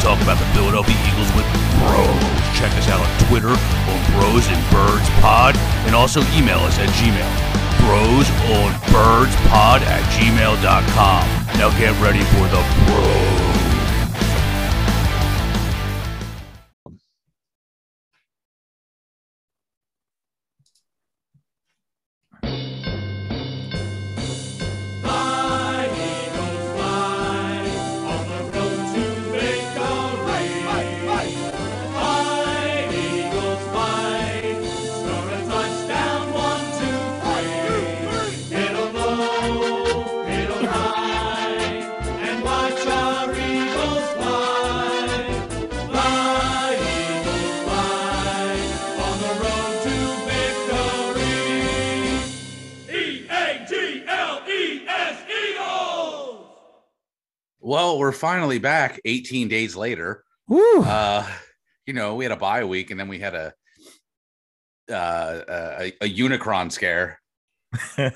talk about the Philadelphia Eagles with bros. Check us out on Twitter or Bros and Birds Pod, and also email us at Gmail. Bros on Birds Pod at gmail.com. Now get ready for the bros. Well, we're finally back 18 days later. Woo. Uh, you know, we had a bye week and then we had a uh, a, a Unicron scare. Is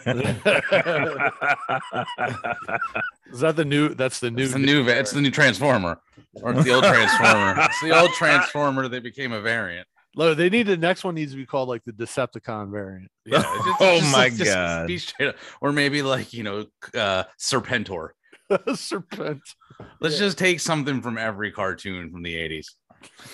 that the new? That's the new. It's the new, va- it's the new Transformer, or it's the old Transformer. it's the old Transformer that became a variant. Look, they need the next one needs to be called like the Decepticon variant. Yeah, it's- it's Oh my just God. be straight up. Or maybe like you know, uh, Serpentor. Serpent. Let's just take something from every cartoon from the 80s.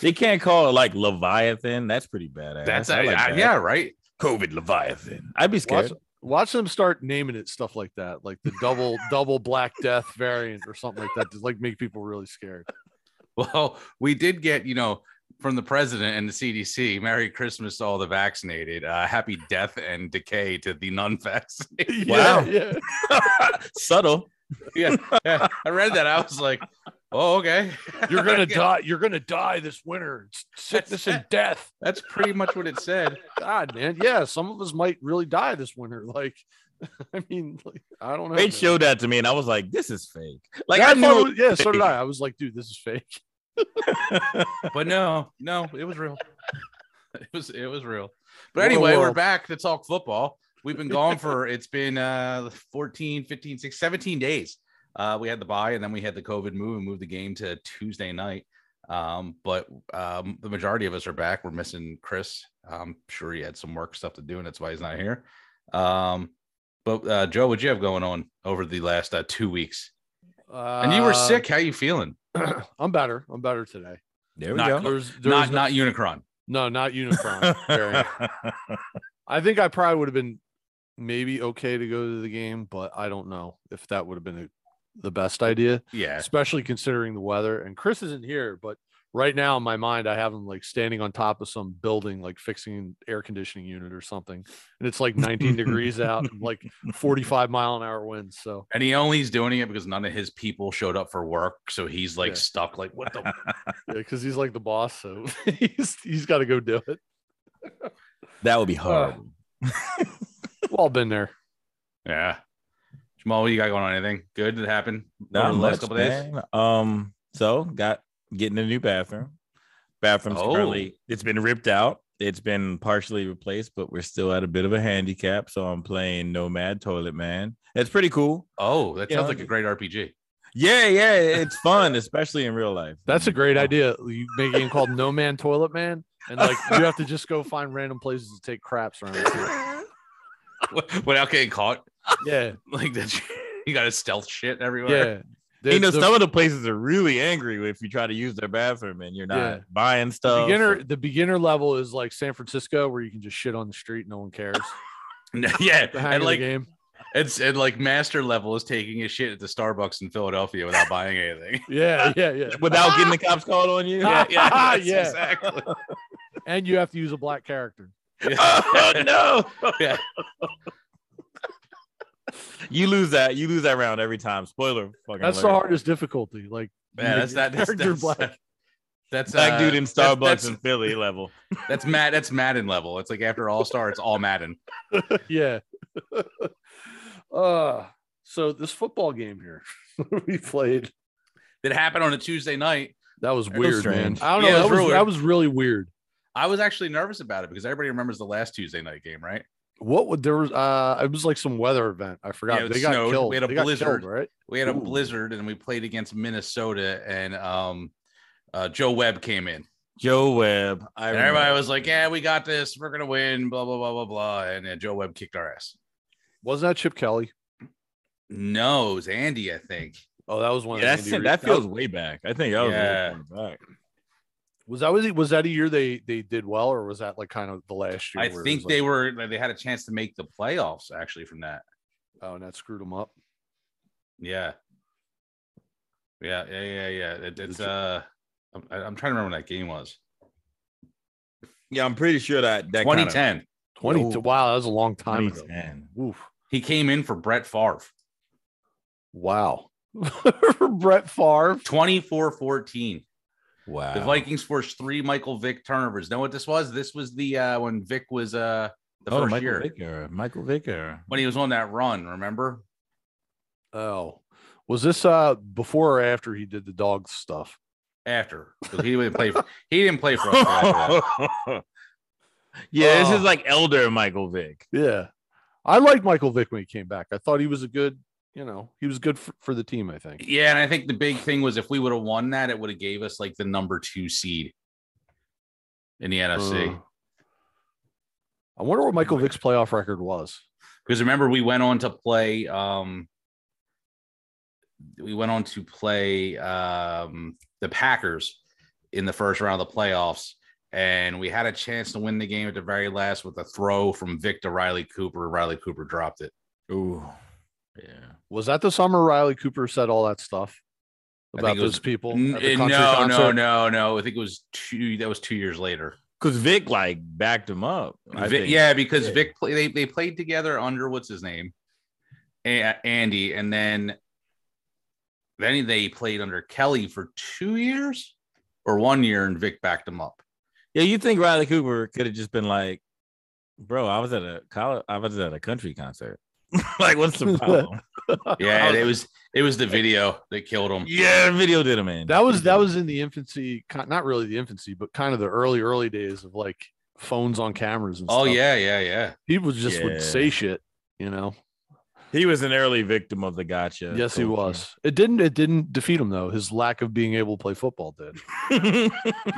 they can't call it like Leviathan. That's pretty badass. That's I like I- that. yeah, right. COVID Leviathan. I'd be scared. Watch, watch them start naming it stuff like that, like the double double Black Death variant or something like that, to like make people really scared. Well, we did get, you know, from the president and the CDC, Merry Christmas to all the vaccinated. Uh, happy death and decay to the non vaccinated. Wow. Yeah. yeah. Subtle. yeah, yeah. I read that. I was like, oh, okay. You're gonna Yeah, die. You're gonna die this winter. It's sickness and death. That's pretty much what it said. God, man. Yeah, some of us might really die this winter. Like, I mean, like, I don't know. They man. showed that to me, and I was like, "This is fake." Like Like I, I knew. know. yeah, so did I. I was like, dude, this is fake. But no, no, it was real. It was it was real. But What a anyway, we're world. back to talk football. We've been gone for it's been uh 14, 15, 16, 17 days. Uh we had the bye and then we had the COVID move and moved the game to Tuesday night. Um, but um the majority of us are back. We're missing Chris. I'm sure he had some work stuff to do, and that's why he's not here. Um, but uh Joe, what'd you have going on over the last uh, two weeks? Uh, And you were sick. How you feeling? I'm better. I'm better today. There we Not go. There's, Not there's no- not Unicron. No, not Unicron. variant. I think I probably would have been maybe okay to go to the game, but I don't know if that would have been a, the best idea, Yeah. especially considering the weather. And Chris isn't here, but right now in my mind, I have him like standing on top of some building, like fixing an air conditioning unit or something. And it's like 19 degrees out and like 45 mile an hour winds. So And he only is doing it because none of his people showed up for work, so he's like Yeah. stuck. Like, what the? yeah, because he's like the boss. So he's, he's got to go do it. that Uh, would be horrible. We've all been there. yeah, Jamal, what you got going on? Anything good that happened Not over the much, last couple days? man. Um, so got getting a new bathroom. Bathroom's Oh. currently it's been ripped out. It's been partially replaced, but we're still at a bit of a handicap. So I'm playing Nomad Toilet Man. It's pretty cool. Oh, that You sounds know, like a great RPG. Yeah, yeah, it's fun, especially in real life. That's a great idea. You make a game called No Man Toilet Man, and like you have to just go find random places to take craps around. the city. Without getting caught, Yeah, like that, you got a stealth shit everywhere. yeah. You know, the, some of the places are really angry if you try to use their bathroom and you're not Yeah. buying the stuff. beginner the beginner level is like San Francisco, where you can just shit on the street, no one cares. Yeah, yeah. The hang and of the like game. it's and like master level is taking a shit at the Starbucks in Philadelphia without buying anything. Yeah, yeah, yeah. without getting the cops called on you. Yeah. that's Yeah. exactly. And you have to use a black character. oh Yeah. no. Yeah. You lose that. You lose that round every time. Spoiler. Fucking That's the alert. hardest difficulty. Like Yeah, that's that. That's, Character that's, black. that's, Black uh, dude in that's- Starbucks that's- in Philly level. That's Matt. That's Madden level. It's like after All Star, it's all Madden. yeah. uh so this football game here we played That happened on a Tuesday night. that was was weird, man. strange. I don't know. Yeah, it that was was real that weird. was really weird. I was actually nervous about it because everybody remembers the last Tuesday night game, right? what would there was uh it was like some weather event i forgot Yeah, it they got snowed. killed We had a They got blizzard. killed, right We had a Ooh. blizzard and we played against Minnesota, and um, Uh, Joe Webb came in, Joe Webb. I and everybody remember. was like, "Yeah, we got this. We're gonna win." Blah blah blah blah blah. And uh, Joe Webb kicked our ass. Wasn't that Chip Kelly? No, it was Andy, I think. Oh, that was one. Yeah, of that's, Andy that Reid's- feels way back. I think that was Yeah. way far back. was that was, was that a year they they did well, or was that like kind of the last year? I where it think was they like, were they had a chance to make the playoffs actually from that. Oh, and that screwed them up. Yeah. Yeah, yeah, yeah, yeah. It- it's uh, I'm, I'm trying to remember when that game was. Yeah, I'm pretty sure that that kind of- 2010. Twenty. Oh. wow, that was a long time ago. 2010. Oof. He came in for Brett Favre. Wow. Brett Favre. 24-14. Wow. The Vikings forced three Michael Vick turnovers. Know what this was? This was the uh when Vick was uh the oh, first Michael year Vick era. Michael Vick era. when he was on that run, remember? Oh, was this uh before or after he did the dog stuff? After. 'Cause He didn't play for, he didn't play for us after that. yeah, this Oh. is like elder Michael Vick. Yeah, I liked Michael Vick when he came back. I thought he was a good, you know, he was good for, for the team. I think. Yeah, and I think the big thing was if we would have won that, it would have gave us like the number two seed in the NFC. Uh, I wonder what Michael Vick's playoff record was. because remember we went on to play um we went on to play um the packers in the first round of the playoffs and we had a chance to win the game at the very last with a throw from Vic to Riley Cooper. Riley Cooper dropped it. Ooh. Yeah. Was that the summer Riley Cooper said all that stuff I think about it was- those people? N- at the no, country no, concert? no, no. I think it was two. That was two years later. Because Vic like backed him up. I Vic, think. yeah, because Yeah. Vic play, they they played together under what's his name, A- Andy, and then then they played under Kelly for two years or one year, and Vic backed him up. Yeah, you think Riley Cooper could have just been like, bro, I was at a college, I was at a country concert. like, what's the problem? Yeah, it was it was the video that killed him. Oh. yeah, video did him in. That was that was in the infancy, ki- not really the infancy, but kind of the early early days of like phones on cameras and Oh stuff. yeah, yeah, yeah. people just Yeah. would say shit, you know. he was an early victim of the gotcha. yes, he culture. was. It didn't it didn't defeat him though. His lack of being able to play football did.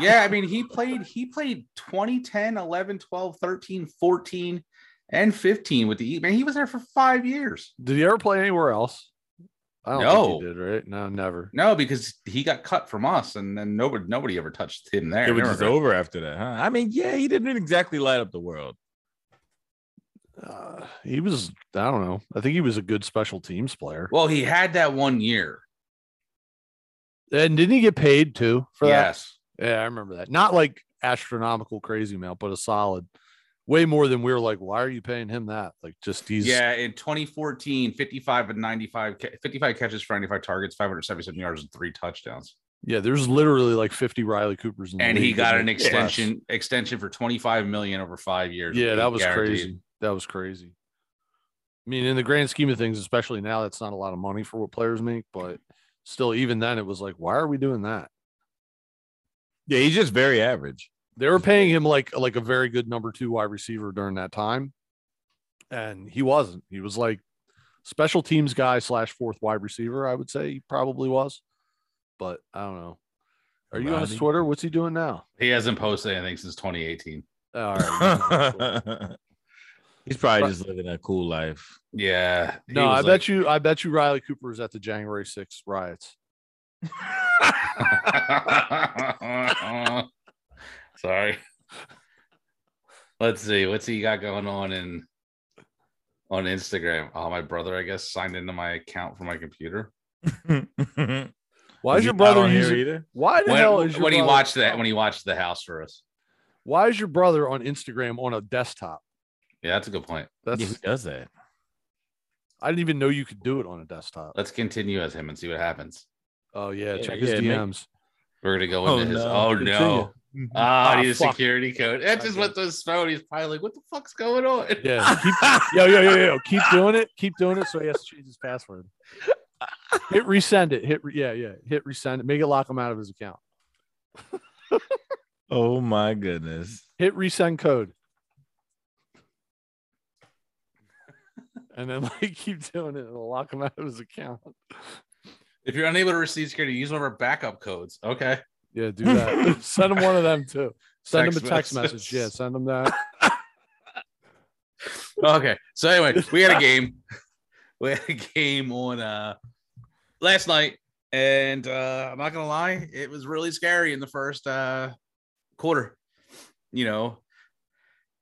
Yeah, I mean he played he played 2010, 11, 12, 13, 14 and 15 with the E. Man, he was there for 5 years. Did he ever play anywhere else? I don't think he No. did, right? No, never. No, because he got cut from us and then nobody nobody ever touched him there. it was Never just mind. over after that, huh? I mean, yeah, he didn't exactly light up the world. Uh, he was I don't know. I think he was a good special teams player. Well, he had that one year. And didn't he get paid too for that? yes. Yeah, I remember that. Not like astronomical crazy amount, but a solid, way more than we were like, why are you paying him that? Like, just he's Yeah. In 2014, 55 and 95, ca- 55 catches for 95 targets, 577 yards, and three touchdowns. yeah. There's literally like 50 Riley Coopers, in the And he league got that an make extension extension for 25 million over five less. years. Yeah, that was Guaranteed. crazy. That was crazy. I mean, in the grand scheme of things, especially now, that's not a lot of money for what players make, but still, even then, it was like, why are we doing that? Yeah, he's just very average. They were paying him like like a very good number two wide receiver during that time, and he wasn't. He was like special teams guy slash fourth wide receiver. I would say he probably was, but I don't know. Are you on his Rodney? Twitter? What's he doing now? He hasn't posted anything since 2018. All right. he's probably just living a cool life. Yeah. he no, I was bet you. I bet you Riley Cooper is at the January 6th riots. like- Sorry. Let's see. What's he got going on in on Instagram? Oh, my brother, I guess, signed into my account for my computer. Why Is is he your not brother on here using? either? Why the When, hell is your when he brother- watched that, when he watched the house for us. Why is your brother on Instagram on a desktop? Yeah, that's a good point. That's Yeah, who does that? I didn't even know you could do it on a desktop. Let's continue as him and see what happens. Oh yeah, Yeah, check his yeah, make- DMs. We're gonna go Oh, into his. no. Oh Continue. no! Uh, Ah, I need a security code. That's I just did. what this phone. He's probably like, "What the fuck's going on?" Yeah. yo, yo, yo, yo, keep doing it. Keep doing it. So he has to change his password. Hit resend it. Hit re- yeah, yeah. Hit resend it. Make it lock him out of his account. oh my goodness. Hit resend code. And then like keep doing it. It'll lock him out of his account. If you're unable to receive security, use one of our backup codes. Okay. Yeah, do that. send them one of them too. Send Text them a text messages. message. Yeah, send them that. okay. So anyway, we had a game. We had a game on uh last night, and uh I'm not gonna lie, it was really scary in the first uh quarter. You know,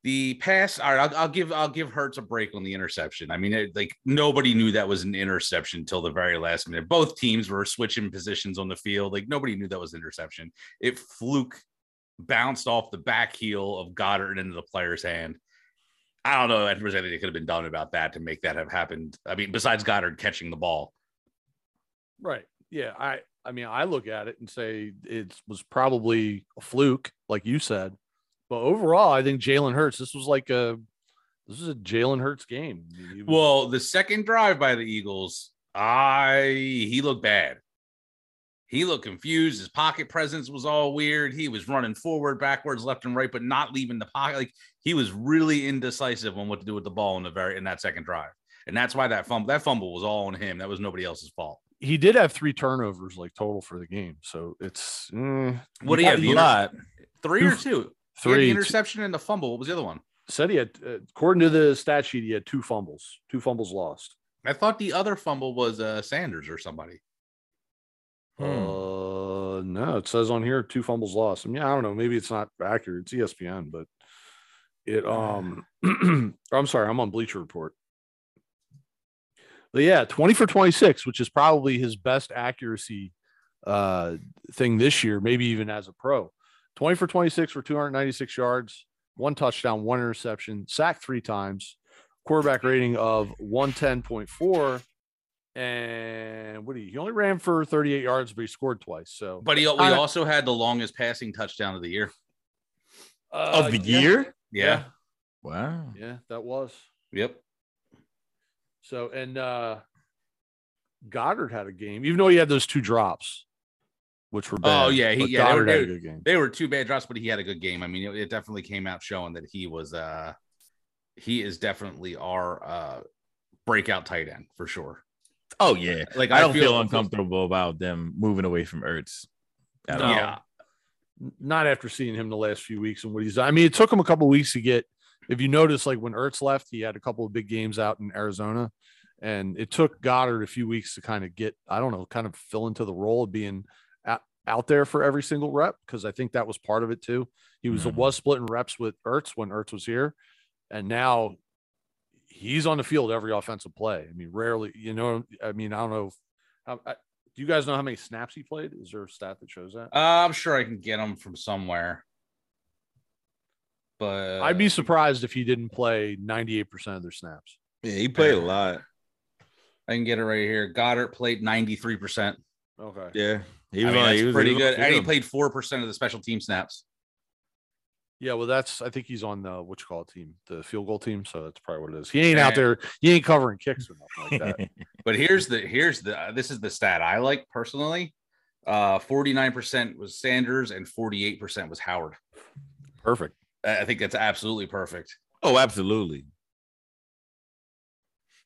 the pass. All right, I'll, I'll give I'll give Hertz a break on the interception. I mean, it, like nobody knew that was an interception until the very last minute. Both teams were switching positions on the field. Like nobody knew that was an interception. It fluke bounced off the back heel of Goddard into the player's hand. I don't know if there's anything that could have been done about that to make that have happened. I mean, besides Goddard catching the ball. Right. Yeah. I I mean, I look at it and say it was probably a fluke, like you said. But overall, I think Jalen Hurts, this was like a this was a Jalen Hurts game. I mean, he was- Well, the second drive by the Eagles, I he looked bad. He looked confused. His pocket presence was all weird. He was running forward, backwards, left and right, but not leaving the pocket. Like he was really indecisive on what to do with the ball in the very in that second drive. And that's why that fumble that fumble was all on him. That was nobody else's fault. he did have three turnovers like total for the game. So it's mm, What do you Yeah, have? a the inter- lot. Three or two? He had the three interception and the fumble. What was the other one? said he had uh, according to the stat sheet, he had two fumbles, two fumbles lost. I thought the other fumble was uh, Sanders or somebody. Hmm. Uh no, it says on here two fumbles lost. I mean, I don't know, maybe it's not accurate. It's E ESPN, but it um I'm sorry, I'm on Bleacher Report. But yeah, 20 for 26, which is probably his best accuracy uh thing this year, maybe even as a pro. 20 for 26 for 296 yards, one touchdown, one interception, sacked three times, quarterback rating of 110.4. And what do you? He only ran for 38 yards, but he scored twice. So But he, we Kinda- also had the longest passing touchdown of the year. of the year? Yeah. Wow. Uh, yeah, yeah, that was Yep. so. And uh Goddard had a game, even though he had those two drops, which were bad. Oh, yeah, he- but yeah, they were- Goddard had a they good game. They were two bad drops, but he had a good game. I mean, it, it definitely came out showing that he was uh he is definitely our uh breakout tight end for sure. Oh yeah. Like I don't feel, uncomfortable about them moving away from Ertz. at all. Yeah. Not after seeing him the last few weeks and what he's. I mean, it took him a couple weeks to get. If you notice, like when Ertz left, he had a couple of big games out in Arizona, and it took Goddard a few weeks to kind of get. I don't know, kind of fill into the role of being out, out there for every single rep because I think that was part of it too. He was Mhm. was splitting reps with Ertz when Ertz was here, and now he's on the field every offensive play. I mean, rarely, you know. I mean, I don't know. if- How, I, do you guys know how many snaps he played? Is there a stat that shows that? Uh, I'm sure I can get him from somewhere. But I'd be surprised if he didn't play 98% of their snaps. Yeah, he played a lot. I can get it right here. Goddard played 93%. Okay. Yeah, Yeah, he I mean, on- that's was- pretty was on good. the And he field. played 4% of the special team snaps. well, that's I think he's on the what you call it team, the field goal team. So that's probably what it is. He ain't Yeah. out there, he ain't covering kicks or nothing like that. But here's the here's the uh, this is the stat I like personally. Uh 49% was Sanders and 48% was Howard. Perfect. I I think that's absolutely perfect. Oh, absolutely.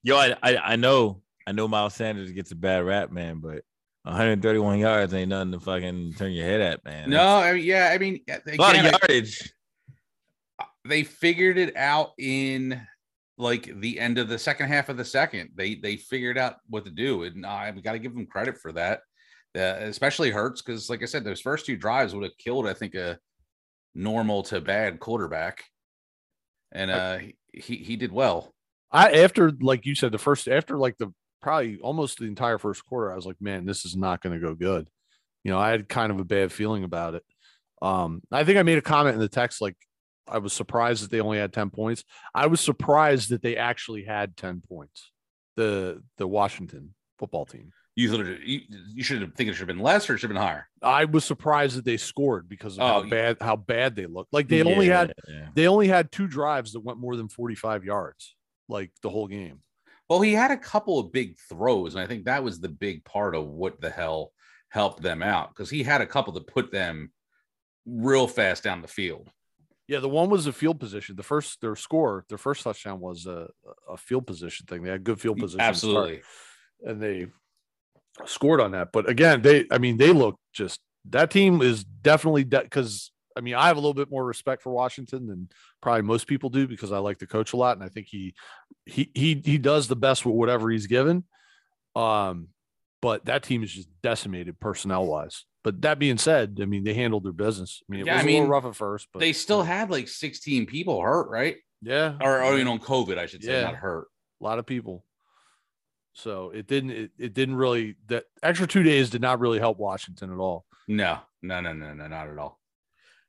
Yo, I, I I know I know Miles Sanders gets a bad rap, man, but 131 yards ain't nothing to fucking turn your head at, man. No, I mean, yeah, I mean That's a lot again, of I- yardage. they figured it out in like the end of the second half of the second. They they figured out what to do, and I got to give them credit for that. Uh, especially hurts because, like I said, those first two drives would have killed. I think a normal to bad quarterback, and uh, he he did well. I after like you said, the first after like the probably almost the entire first quarter, I was like, man, this is not gonna go good. You know, I had kind of a bad feeling about it. Um, I think I made a comment in the text like I was surprised that they only had 10 points. I was surprised that they actually had 10 points. The the Washington football team. You thought it- you, you should have think it should have been less or it should have been higher. I was surprised that they scored because of Oh, how y- bad how bad they looked. Like they only had Yeah. they only had two drives that went more than 45 yards, like the whole game. Well, he had a couple of big throws, and I think that was the big part of what the hell helped them out because he had a couple that put them real fast down the field. Yeah, the one was a field position. The first their score, their first touchdown was a, a field position thing. They had good field position. to start, Absolutely. and they scored on that. But again, they I mean they looked just that team is definitely because I mean I have a little bit more respect for Washington than probably most people do because I like the coach a lot and I think he he he he does the best with whatever he's given. Um, but that team is just decimated personnel wise. But that being said, I mean they handled their business. I mean it Yeah, I was a mean, little rough at first, but They still had like 16 people hurt, right? yeah Or, or you know, COVID, I should say, Yeah. not hurt. a lot of people. So it didn't it, it didn't really that extra two days did not really help Washington at all. No, no, no, no, no, not at all.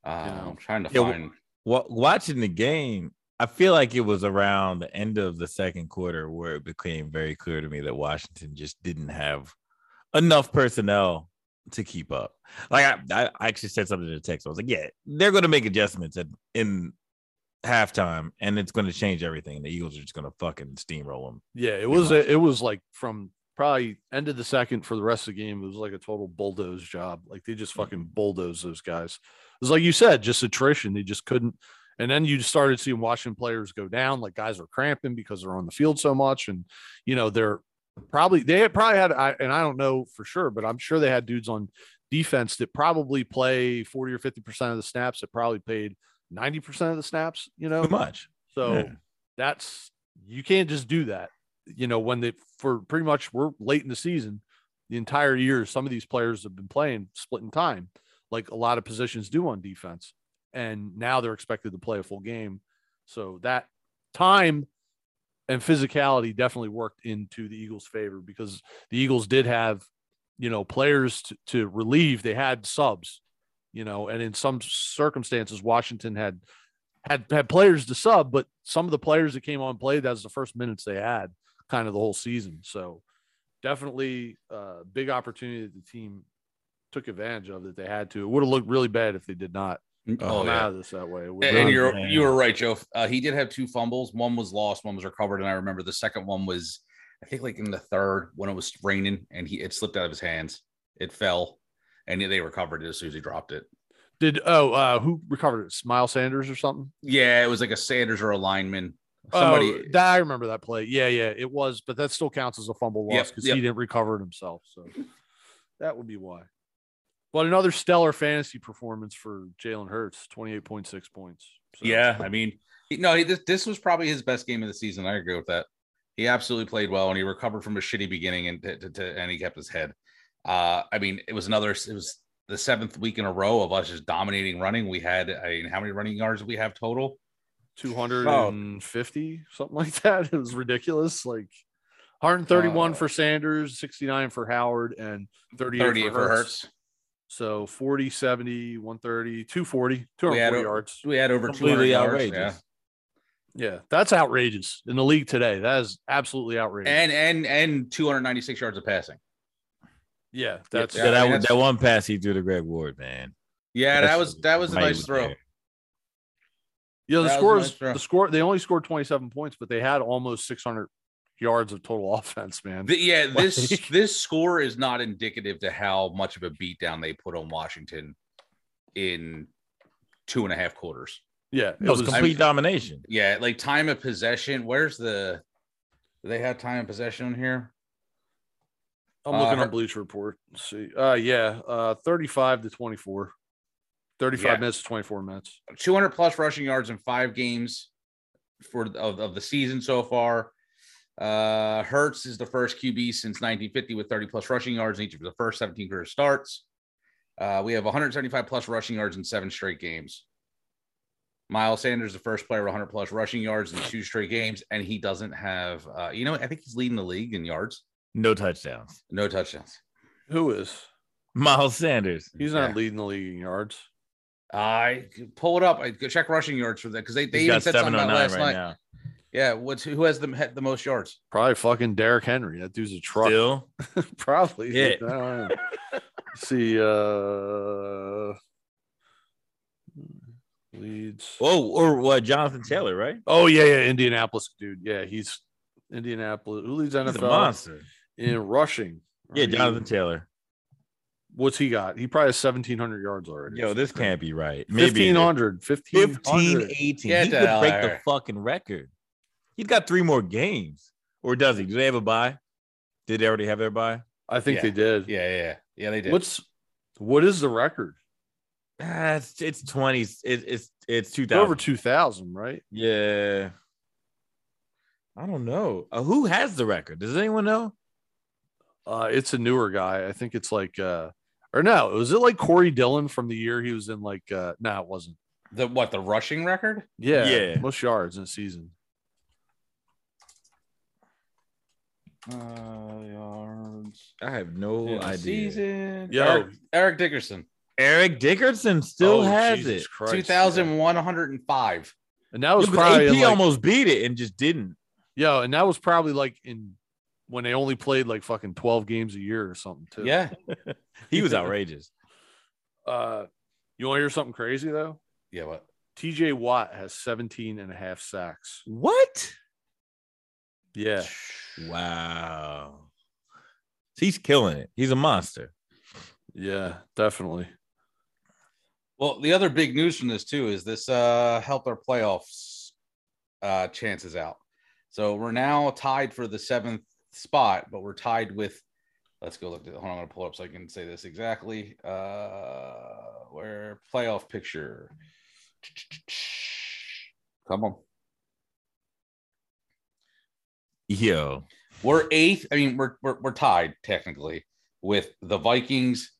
Uh, Yeah. I'm trying to Yeah, w- find. Wa- watching the game, I feel like it was around the end of the second quarter where it became very clear to me that Washington just didn't have enough personnel to keep up. Like I, I- I actually said something in the text. I was like, "Yeah, they're going to make adjustments at, in halftime, and it's going to change everything. The Eagles are just going to fucking steamroll them." Yeah, it Pretty was much. a, it was like from probably end of the second for the rest of the game. It was like a total bulldoze job. Like they just fucking bulldozed those guys. It was like you said, just attrition. They just couldn't. And then you just started seeing Washington players go down. Like guys are cramping because they're on the field so much, and you know they're probably they had probably had. I, and I don't know for sure, but I'm sure they had dudes on defense that probably play 40 or 50 percent of the snaps. That probably played 90 percent of the snaps. You know, Too much. so Yeah. that's you can't just do that. You know, when they for pretty much we're late in the season, the entire year, some of these players have been playing splitting time, like a lot of positions do on defense. And now they're expected to play a full game. So that time and physicality definitely worked into the Eagles' favor because the Eagles did have, you know, players to, to relieve. They had subs, you know, and in some circumstances, Washington had had had players to sub, but some of the players that came on played that was the first minutes they had kind of the whole season. So definitely a big opportunity that the team took advantage of that they had to. It would have looked really bad if they did not Oh, come yeah. out of this that way. It A- would've And, been- you're Yeah. you were right, Joe. Uh, he did have two fumbles. One was lost, one was recovered, and I remember the second one was, I think, like in the third when it was raining, and he it slipped out of his hands. It fell, and they recovered it as soon as he dropped it. did oh uh who recovered it? Smile Sanders or something? Yeah, it was like a Sanders or a lineman. Somebody. oh, that, I remember that play. Yeah, yeah, it was, but that still counts as a fumble Yep, loss because yep. he didn't recover it himself. So that would be why. But another stellar fantasy performance for Jalen Hurts, twenty eight point six points. So- yeah, I mean, he- no, he, this this was probably his best game of the season. I agree with that. He absolutely played well, and he recovered from a shitty beginning, and to, to- to- and he kept his head. Uh, I mean, it was another. It was the seventh week in a row of us just dominating running. We had, I mean, how many running yards did we have total? 250 something like that it was ridiculous like 131 Uh, for sanders 69 for howard and 38, 38 for for hertz. Hertz. so 40 70 130 240 We had 240 o- yards We had over 200 Completely yards. outrageous. Yeah. yeah that's outrageous in the league today that is absolutely outrageous And and and 296 yards of passing. yeah that's yeah, I mean, that, that's- that one pass he threw to Greg Ward, man. Yeah, that That's- was that was a Right nice throw. there. Yeah, the That was score nice is throw. the score. They only scored 27 points, but they had almost 600 yards of total offense, man. The- yeah, this Like- this score is not indicative to how much of a beatdown they put on Washington in two and a half quarters. yeah, It was complete domination. Yeah, like time of possession. Where's the? Do they have time of possession on here? I'm Uh, looking her- on Bleacher Report. Let's see, uh, yeah, uh, 35 to 24, 35 Yeah. minutes to 24 minutes. 200 plus rushing yards in five games for of, of the season so far. Uh, Hertz is the first QB since 1950 with 30 plus rushing yards in each of the first 17 career starts. Uh, we have 175 plus rushing yards in seven straight games. Miles Sanders, the first player with 100 plus rushing yards in two straight games, and he doesn't have, uh, you know, what? I think he's leading the league in yards, No touchdowns. no touchdowns. Who is Miles Sanders. he's Yeah. not leading the league in yards? I pull it up. I check rushing yards for that because they, they He's even got said something about 709 last right night. now. Yeah, what's who has the the most yards? Probably fucking Derrick Henry. That dude's a truck, Still, probably. Yeah. I don't know. see, uh, leads. Oh, or uh, Jonathan Taylor, right? Oh yeah, yeah, Indianapolis dude. Yeah, he's Indianapolis. Who leads He's a NFL monster. in rushing? Yeah, Are you- Jonathan Taylor. What's he got? He probably has seventeen hundred yards already. Yo, this can't be right. Maybe Fifteen it is. hundred. Fifteen 15, hundred. 18. Get he could out break of the here. fucking record. He's got three more games. Or does he? Do they have a bye? Did they already have their bye? I think they did. Yeah, yeah, yeah. Yeah, they did. What's What is the record? Ah, it's it's twenty. It, it's it's two It's Over thousand. 2,000, right? Yeah. I don't know. Uh, who has the record? Does anyone know? Uh, it's a newer guy. I think it's like, uh, or no, was it like Corey Dillon from the year he was in like, uh, no, it wasn't. The what? The rushing record? Yeah. Yeah. Most yards in a season. Uh, yards I have no in a idea. Season. Yo. Eric, Eric Dickerson, Eric Dickerson still Oh, has Jesus it. Christ, two thousand one hundred and five. yeah. And that Yeah, was but probably AP like, almost beat it and just didn't. yo, and that was probably like in when they only played like fucking 12 games a year or something, too. Yeah, He was outrageous. Uh, you want to hear something crazy though? yeah. What? TJ Watt has 17 and a half sacks. what? Yeah. Wow. He's killing it. He's a monster. Yeah, definitely. Well, the other big news from this too is this uh helped our playoffs uh chances out. So we're now tied for the seventh spot, but we're tied with let's go look at hold on, I'm gonna pull it up so I can say this exactly. Uh where playoff picture. Come on. Yo. We're eighth. I mean, we're we're, we're tied technically with the Vikings,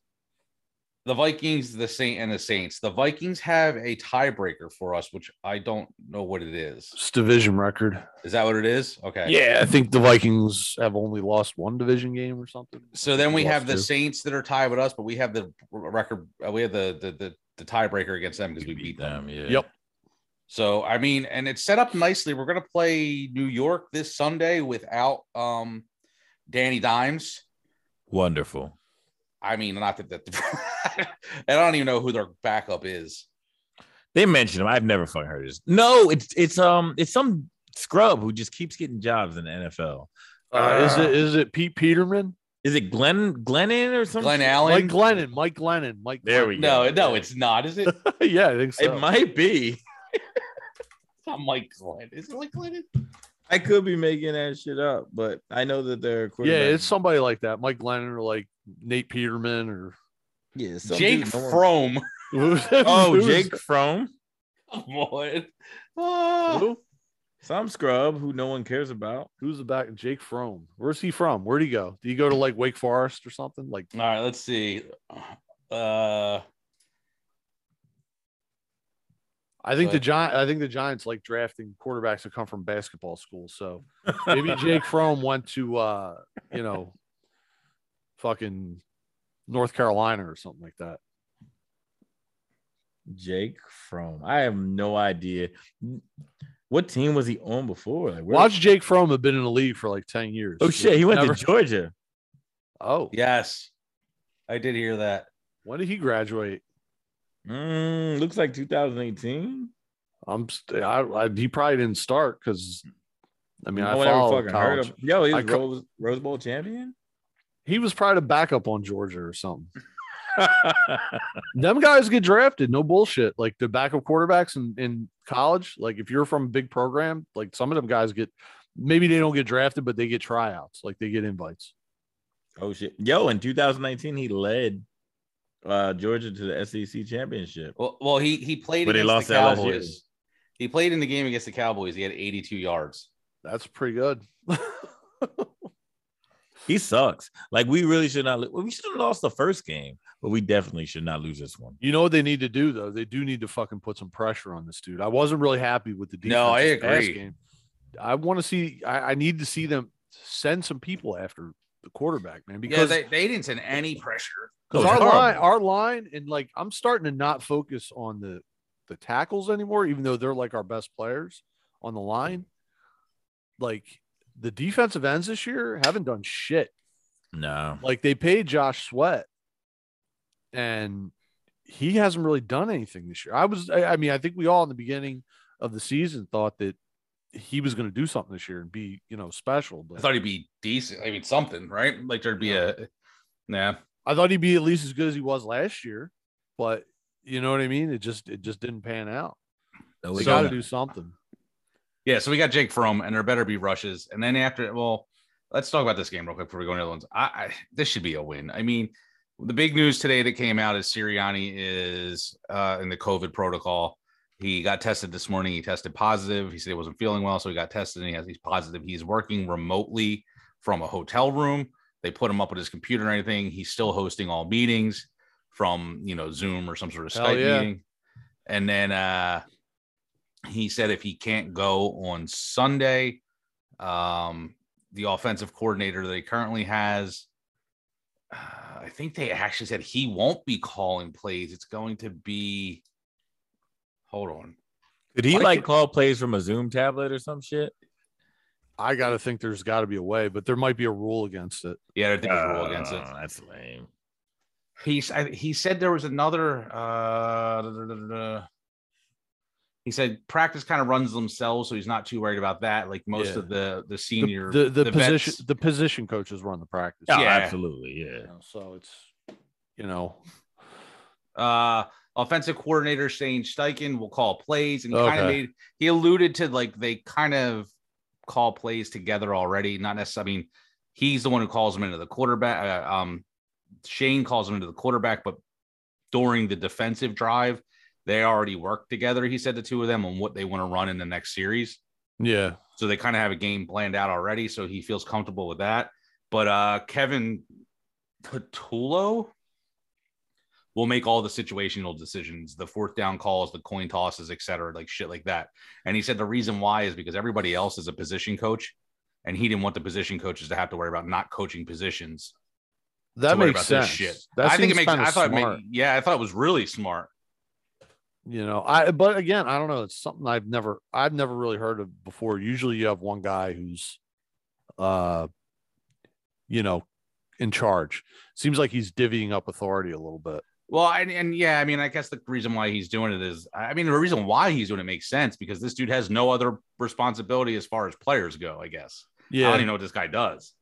the Vikings, the Saint, and the Saints. The Vikings have a tiebreaker for us, which I don't know what it is. It's division record. Is that what it is? Okay. Yeah, I think the Vikings have only lost one division game or something. So then we Lost have the two. Saints that are tied with us, but we have the record. uh, We have the the the, the tiebreaker against them because we beat them. Yeah. Yep. So I mean, and it's set up nicely. We're gonna play New York this Sunday without um Danny Dimes. Wonderful. I mean, not that, that I don't even know who their backup is. They mentioned him. I've never fucking heard of this. No, it's it's um it's some scrub who just keeps getting jobs in the NFL. Uh, is it is it Pete Peterman? Is it Glenn Glennon or something? Glenn Allen. Mike Glennon, Mike Glennon, Mike. There we no, no, it's not. Is it? It's go. yeah, I think so. It might be. not Mike Glenn. Is it Mike Glennon? I could be making that shit up, but I know that they're yeah, it's somebody like that. Mike Glennon or like Nate Peterman or yeah, Jake Frome. Oh, Who's- Jake Frome, Come on. Ah. Who? some scrub who no one cares about. Who's the back? Jake Frome. Where's he from? Where'd he go? Did he go to like Wake Forest or something? Like All right, let's see. Uh, I think the But- Giant I think the Giants like drafting quarterbacks who come from basketball school. So maybe Jake Frome went to uh, you know, fucking North Carolina or something like that. Jake Frome. I have no idea. What team was he on before? Like, where- Watch Jake Frome have been in the league for like 10 years. Oh shit, he went Never- to Georgia. Oh, yeah. yes, I did hear that. When did he graduate? Mm, looks like 2018. I'm st- I, I he probably didn't start because I mean I No one ever followed fucking heard college. of. Yo, he I was co- Rose, Rose Bowl champion. He was probably a backup on Georgia or something. them guys get drafted no bullshit like the backup quarterbacks in, in college like if you're from a big program like some of them guys get maybe they don't get drafted but they get tryouts like they get invites oh shit. Yo, in 2019 he led uh Georgia to the SEC championship. Well, well, he he played But they lost against the to LSU. Cowboys. He played in the game against the Cowboys. He had 82 yards. that's pretty good He sucks. Like we really should not. lo- well, We should have lost the first game, but we definitely should not lose this one. you know what they need to do though they do need to fucking put some pressure on this dude i wasn't really happy with the defense No, I this past agree. game. i want to see I, I need to see them send some people after the quarterback man because yeah, they, they didn't send any pressure. Because That was our horrible. line, our line, and like I'm starting to not focus on the the tackles anymore, even though they're like our best players on the line. Like the defensive ends this year haven't done shit. No, Like they paid Josh Sweat, and he hasn't really done anything this year. I was, I, I mean, I think we all in the beginning of the season thought that he was going to do something this year and be, you know, special. But I thought he'd be decent. I mean, something, right? Like there'd be a, nah. I thought he'd be at least as good as he was last year, but you know what I mean? It just it just didn't pan out. No, We we got to don't. do something. Yeah, so we got Jake Fromm, and there better be rushes. And then after, well, let's talk about this game real quick before we go into the other ones. I, I this should be a win. I mean, the big news today that came out is Sirianni is uh, in the COVID protocol. He got tested this morning. He tested positive. He said he wasn't feeling well, so he got tested, and he has he's positive. He's working remotely from a hotel room. They put him up at his computer and everything. He's still hosting all meetings from you know Zoom or some sort of Hell Skype yeah. meeting. And then uh, he said if he can't go on Sunday, um, the offensive coordinator that he currently has, uh, I think they actually said he won't be calling plays. It's going to be, hold on, Could he Why like could- call plays from a Zoom tablet or some shit? I got to think there's got to be a way, but there might be a rule against it. yeah, I think it's rule against it. Oh, That's lame. He's I, he said there was another. Uh, da- da- da- da- da. He said practice kind of runs themselves, so he's not too worried about that. Like most Yeah. of the the The- senior the, the, position vets- the position coaches run the practice. Oh, Yeah. absolutely. Yeah. You know, so it's you know uh offensive coordinator Shane Steichen will call plays and he kind of Okay. made he alluded to like they kind of call plays together already not necessarily I mean he's the one who calls him into the quarterback uh, um Shane calls him into the quarterback but during the defensive drive they already work together he said the two of them on what they want to run in the next series yeah so they kind of have a game planned out already. So he feels comfortable with that. But uh, Kevin Patullo will make all the situational decisions, the fourth down calls, the coin tosses, et cetera, like shit like that. And he said the reason why is because everybody else is a position coach, and he didn't want the position coaches to have to worry about not coaching positions. that to worry makes about this sense. Shit. That I think it seems makes. kinda I thought. It smart. made, yeah, I thought it was really smart. you know i but again i don't know it's something i've never i've never really heard of before usually you have one guy who's uh you know in charge seems like he's divvying up authority a little bit Well, and, and yeah, I mean, I guess the reason why he's doing it is, I mean, the reason why he's doing it makes sense because this dude has no other responsibility as far as players go. I guess I yeah don't even know what this guy does.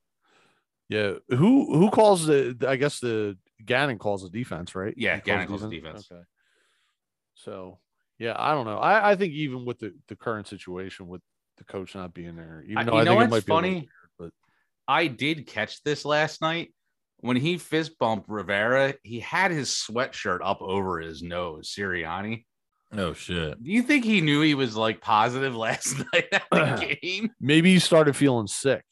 yeah who who calls the the- i guess the gannon calls the defense right Yeah, He Gannon calls the defense. okay so yeah i don't know i i think even with the the current situation with the coach not being there even I- though you i know think what's it might be a little funny? weird, I did catch this last night when he fist bumped Rivera. He had his sweatshirt up over his nose, Sirianni. Oh shit. Do you think he knew he was like positive last night at the game? but maybe he started feeling sick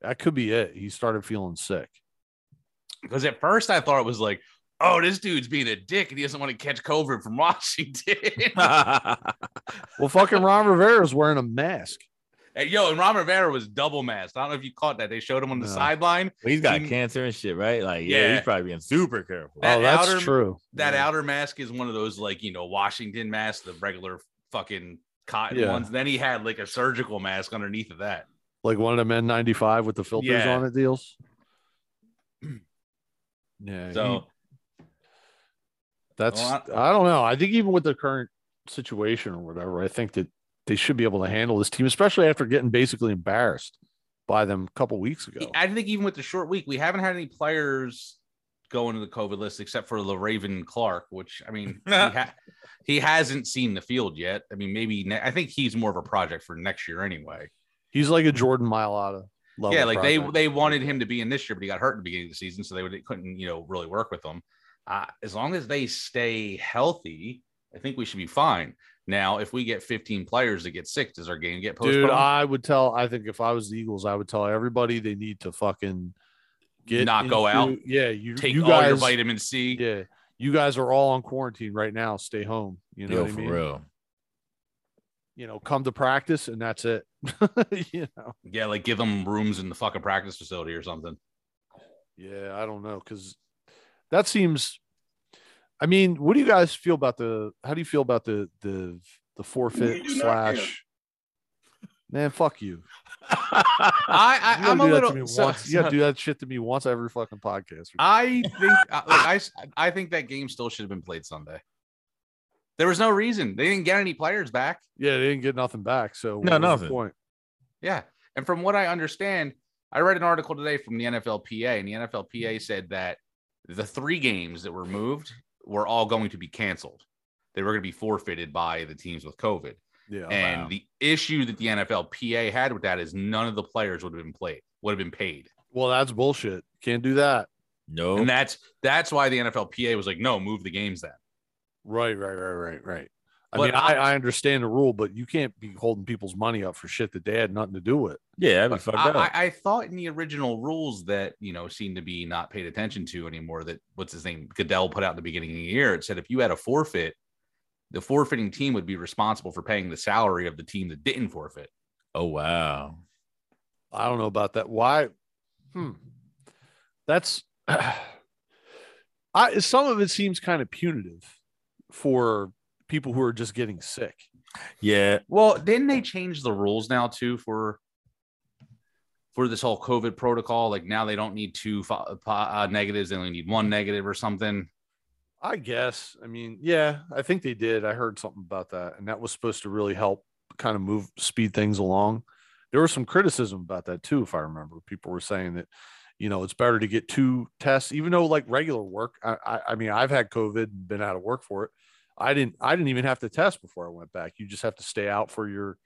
that could be it he started feeling sick Because at first I thought it was like, oh, this dude's being a dick and he doesn't want to catch COVID from Washington. Well, fucking Ron Rivera's wearing a mask. Hey, yo, and Ron Rivera was double masked. I don't know if you caught that. They showed him on the No. sideline. he's got He- cancer and shit, right? Like, yeah, Yeah. he's probably being super careful. That oh, that's outer- true. That Yeah. outer mask is one of those like you know Washington masks, the regular fucking cotton Yeah. ones. Then he had like a surgical mask underneath of that. like one of them N95 with the filters Yeah. on it deals. Yeah, So he- that's Well, I, don't know. I think even with the current situation or whatever, I think that they should be able to handle this team, especially after getting basically embarrassed by them a couple weeks ago. I think even with the short week, we haven't had any players go into the COVID list except for LaRaven Clark, which I mean, he, ha- he hasn't seen the field yet. I mean, maybe ne- I think he's more of a project for next year anyway. He's like a Jordan Mailata. Level yeah, like project. they they wanted him to be in this year, but he got hurt at the beginning of the season, so they would- couldn't you know really work with him. Uh, as long as they stay healthy, I think we should be fine. Now, if we get 15 players that get sick, does our game get postponed? Dude, I would tell. I think if I was the Eagles, I would tell everybody they need to fucking get Not go out. into- Yeah, you Take you all guys, your vitamin C. Yeah, you guys are all on quarantine right now. Stay home. You know Yo, what I for mean. real. You know, come to practice and that's it. you know. yeah, like give them rooms in the fucking practice facility or something. Yeah, I don't know because that seems. I mean, what do you guys feel about the? How do you feel about the the the forfeit slash? Man, fuck you. I, I You gotta I'm do a that to little. me so- once. You gotta do that shit to me once every fucking podcast. I think I, look, I s- I think that game still should have been played Sunday. There was no reason they didn't get any players back. Yeah, they didn't get nothing back. So No, what was the nothing. Point? Yeah. And from what I understand, I read an article today from the NFLPA, and the NFLPA said that the three games that were moved were all going to be canceled. They were going to be forfeited by the teams with COVID. Yeah, and Oh, wow. the issue that the NFLPA had with that is none of the players would have been played, would have been paid. well, that's bullshit. Can't do that. No. And that's that's why the NFLPA was like, no, move the games then. Right, right, right, right, right. I But mean, I, I understand the rule, but you can't be holding people's money up for shit that they had nothing to do with. yeah, that'd be fucked I, up. I, I thought in the original rules that you know seemed to be not paid attention to anymore. That what's his name Goodell put out in the beginning of the year. It said if you had a forfeit, the forfeiting team would be responsible for paying the salary of the team that didn't forfeit. oh wow. I don't know about that. Why? Hmm. That's. I some of it seems kind of punitive for people who are just getting sick. Yeah. Well, didn't they change the rules now too for for this whole COVID protocol? Like now they don't need two fo- po- uh, negatives; they only need one negative or something. I guess. I mean, yeah, I think they did. I heard something about that, and that was supposed to really help kind of move speed things along. There was some criticism about that too, if I remember. People were saying that, you know, it's better to get two tests, even though like regular work. I, I, I mean, I've had COVID and been out of work for it. I didn't. I didn't even have to test before I went back. You just have to stay out for your,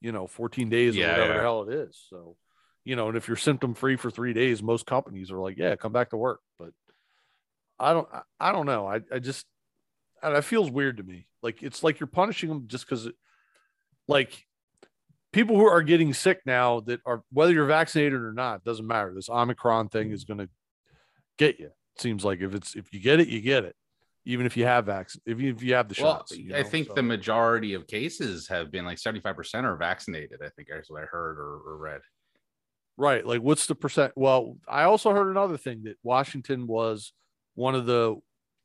you know, 14 days or Yeah, whatever yeah. the hell it is. So, you know, and if you're symptom free for three days, most companies are like, yeah, come back to work. But I don't I- I don't know. I, I just and it feels weird to me. Like it's like you're punishing them just because like people who are getting sick now that are whether you're vaccinated or not, doesn't matter. This Omicron thing is Mm-hmm. gonna get you. It seems like if it's if you get it, you get it. Even if you have vaccine, if you if you have the well, shots. you I know, think so- the majority of cases have been like seventy five percent are vaccinated. I think that's what I heard or, or read. Right. Like, what's the percent? Well, I also heard another thing that Washington was one of the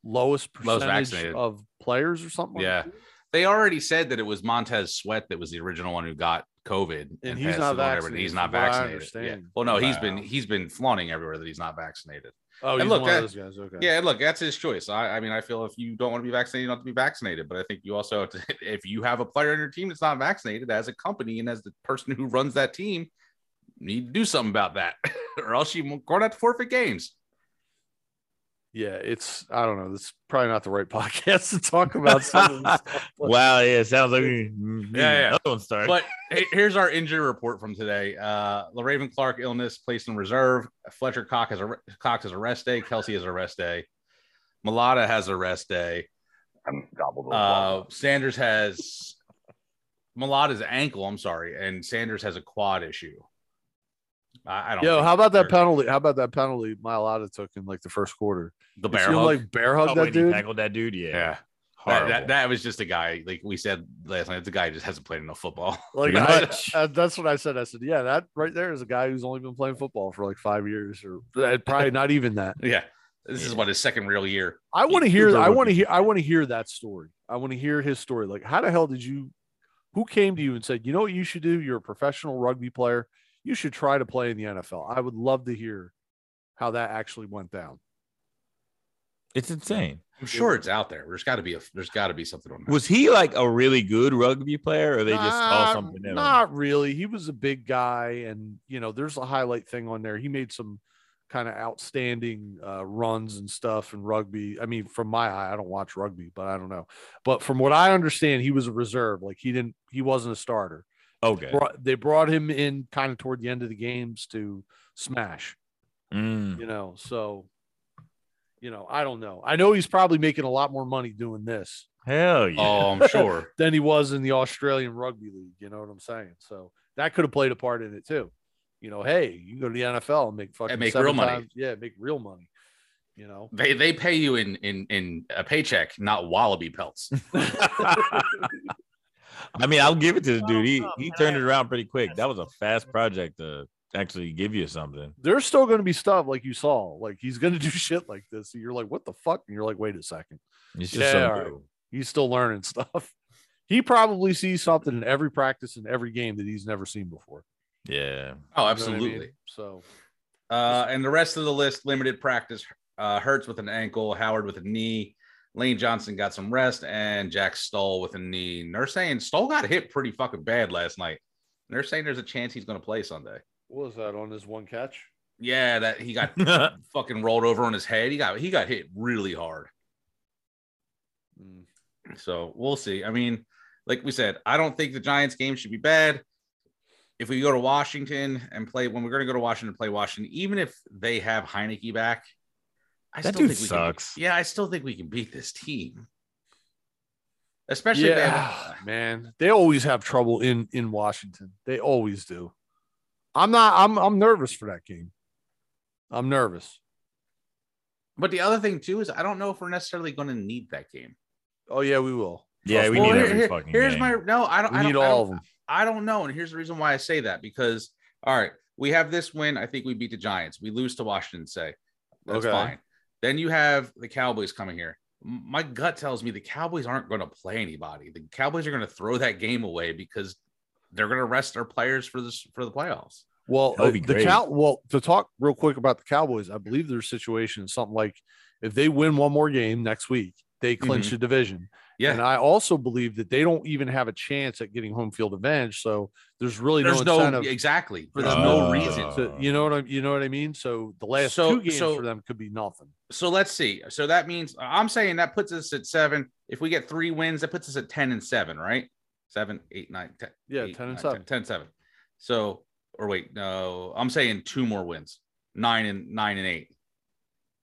lowest Lowest percentage vaccinated. of players or something. like Yeah. that. They already said that it was Montez Sweat that was the original one who got COVID, And he's passed not it on to everybody. vaccinated, He's from not what I vaccinated. Yeah. understand. Well, no, he's been Wow. he's been flaunting everywhere that he's not vaccinated. Oh, And he's look, one that- of those guys. Okay. Yeah, look, that's his choice. I, I mean, I feel if you don't want to be vaccinated, you don't have to be vaccinated. But I think you also, have to, if you have a player on your team that's not vaccinated, as a company and as the person who runs that team, you need to do something about that, or else you're going to have to forfeit games. Yeah. It's, I don't know. This is probably not the right podcast to talk about. some of this stuff, but- Wow. Yeah. it Sounds like we need Yeah, yeah. another one started. But he- here's our injury report from today: uh, LaRaven Clark illness placed in reserve. Fletcher Cox has a Cox has a rest day. Kelsey has a rest day. Mulata has a rest day. I'm Oh, gobbled Uh, Sanders has Mulata's ankle. I'm sorry, and Sanders has a quad issue. I, I don't. Yo, think how about that they're- penalty? How about that penalty Milata took in like the first quarter? The You see bear him, hug. like bear hug Oh, when that he dude. tackled that dude. Yeah. yeah, that, Horrible. that, that was just a guy. Like we said last night, the guy just hasn't played enough football. Like Pretty I- much. I- uh, that's what I said. I said, yeah, that right there is a guy who's only been playing football for like five years, or uh, probably not even that. yeah, this is Yeah. what his second real year. I want to He's hear. super I want to rookie hear. I season. want to hear that story. I want to hear his story. Like, how the hell did you? Who came to you and said, "You know what you should do? You're a professional rugby player. You should try to play in the NFL." I would love to hear how that actually went down. it's insane. I'm sure it's out there. There's got to be a. There's got to be something on that. Was he like a really good rugby player, or they just saw Not- something in him? Uh, Not really. He was a big guy, and you know, there's a highlight thing on there. He made some kind of outstanding uh, runs and stuff in rugby. I mean, from my eye, I don't watch rugby, but I don't know. But from what I understand, he was a reserve. Like he didn't. He wasn't a starter. Okay. Brought, they brought him in kind of toward the end of the games to smash. Mm. You know, so. You know, I don't know. I know he's probably making a lot more money doing this Hell yeah. Oh, I'm sure. than he was in the Australian Rugby League. You know what I'm saying? So that could have played a part in it too. You know, hey, you go to the NFL and make fucking make seven real money. times- Yeah, make real money. You know, they they pay you in in in a paycheck, not wallaby pelts. I mean, I'll give it to the dude. He Oh, he turned it around pretty quick. That was a fast project to actually give you something. there's still going to be stuff like you saw. Like he's going to do shit like this. And you're like, what the fuck? And you're like, wait a second. It's Yeah, just some all right. dude. He's still learning stuff. He probably sees something in every practice and every game that he's never seen before. yeah. Oh, You know what I mean? absolutely. So Uh, and the rest of the list limited practice. Uh, Hertz with an ankle, Howard with a knee, Lane Johnson got some rest, and Jack Stoll with a knee. And they're saying Stoll got hit pretty fucking bad last night. And they're saying there's a chance he's going to play Sunday. what was that on his one catch? Yeah, that he got fucking rolled over on his head. He got he got hit really hard. Mm. So we'll see. I mean, like we said, I don't think the Giants game should be bad. If we go to Washington and play, when we're going to go to Washington and play Washington, even if they have Heineke back, I That still dude think we sucks. Can, yeah, I still think we can beat this team. Especially if they have, man, they always have trouble in in Washington. They always do. I'm not. I'm I'm nervous for that game. I'm nervous. but the other thing too is I don't know if we're necessarily going to need that game. Oh yeah, we will. Yeah, we Well, need here- every here- fucking Here's game. my no. I don't. We I don't, need I all don't- of them. I don't know. And here's the reason why I say that because, all right, we have this win. I think we beat the Giants. We lose to Washington, say. That's Okay. fine. Then you have the Cowboys coming here. M- My gut tells me the Cowboys aren't going to play anybody. The Cowboys are going to throw that game away because they're going to rest their players for this for the playoffs. Well, That would uh, be the great. cow. Well, to talk real quick about the Cowboys, I believe their situation is something like if they win one more game next week, they Mm-hmm. clinch the division. Yeah. And I also believe that they don't even have a chance at getting home field advantage. So there's really There's no no, incentive. Oh. exactly. for There's them no Uh, reason. to, you know what I you know what I mean. So the last So- two games so- for them could be nothing. so let's see. So that means uh, I'm saying that puts us at seven. If we get three wins, that puts us at 10 and seven, right? Seven, eight, nine, ten. Yeah, eight, 10 and nine, seven. 10, 7. So, or wait, no, I'm saying two more wins, nine and nine and eight,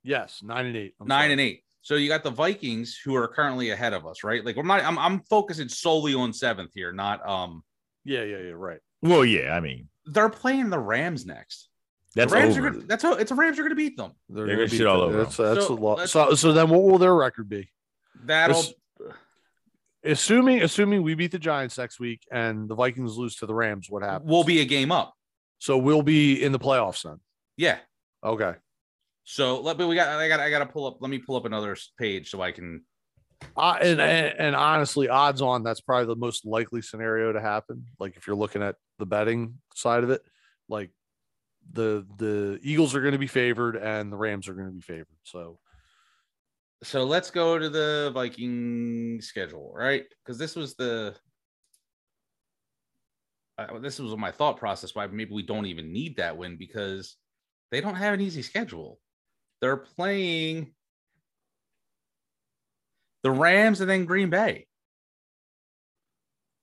Yes, nine and 8 nine and eight. So you got the Vikings who are currently ahead of us, right? Like we're not, I'm, I'm focusing solely on seventh here, not, um, Yeah, yeah, yeah. Right. well, yeah, I mean they're playing the Rams next. that's the Rams over. are gonna, that's how it's the Rams are going to beat them. They're gonna shit all over That's, that's So, a lot. let's- So, so then what will their record be? That'll, This- Assuming assuming we beat the Giants next week and the Vikings lose to the Rams, what happens? will be a game up. So we'll be in the playoffs then. Yeah. Okay. So let me we got I got I got to pull up. Let me pull up another s- page so I can. Uh, and, and and honestly, odds on that's probably the most likely scenario to happen. Like if you're looking at the betting side of it, like the the Eagles are going to be favored and the Rams are going to be favored. So So let's go to the Viking schedule, right? Because this was the. Uh, this was my thought process why maybe we don't even need that win because they don't have an easy schedule. They're playing the Rams and then Green Bay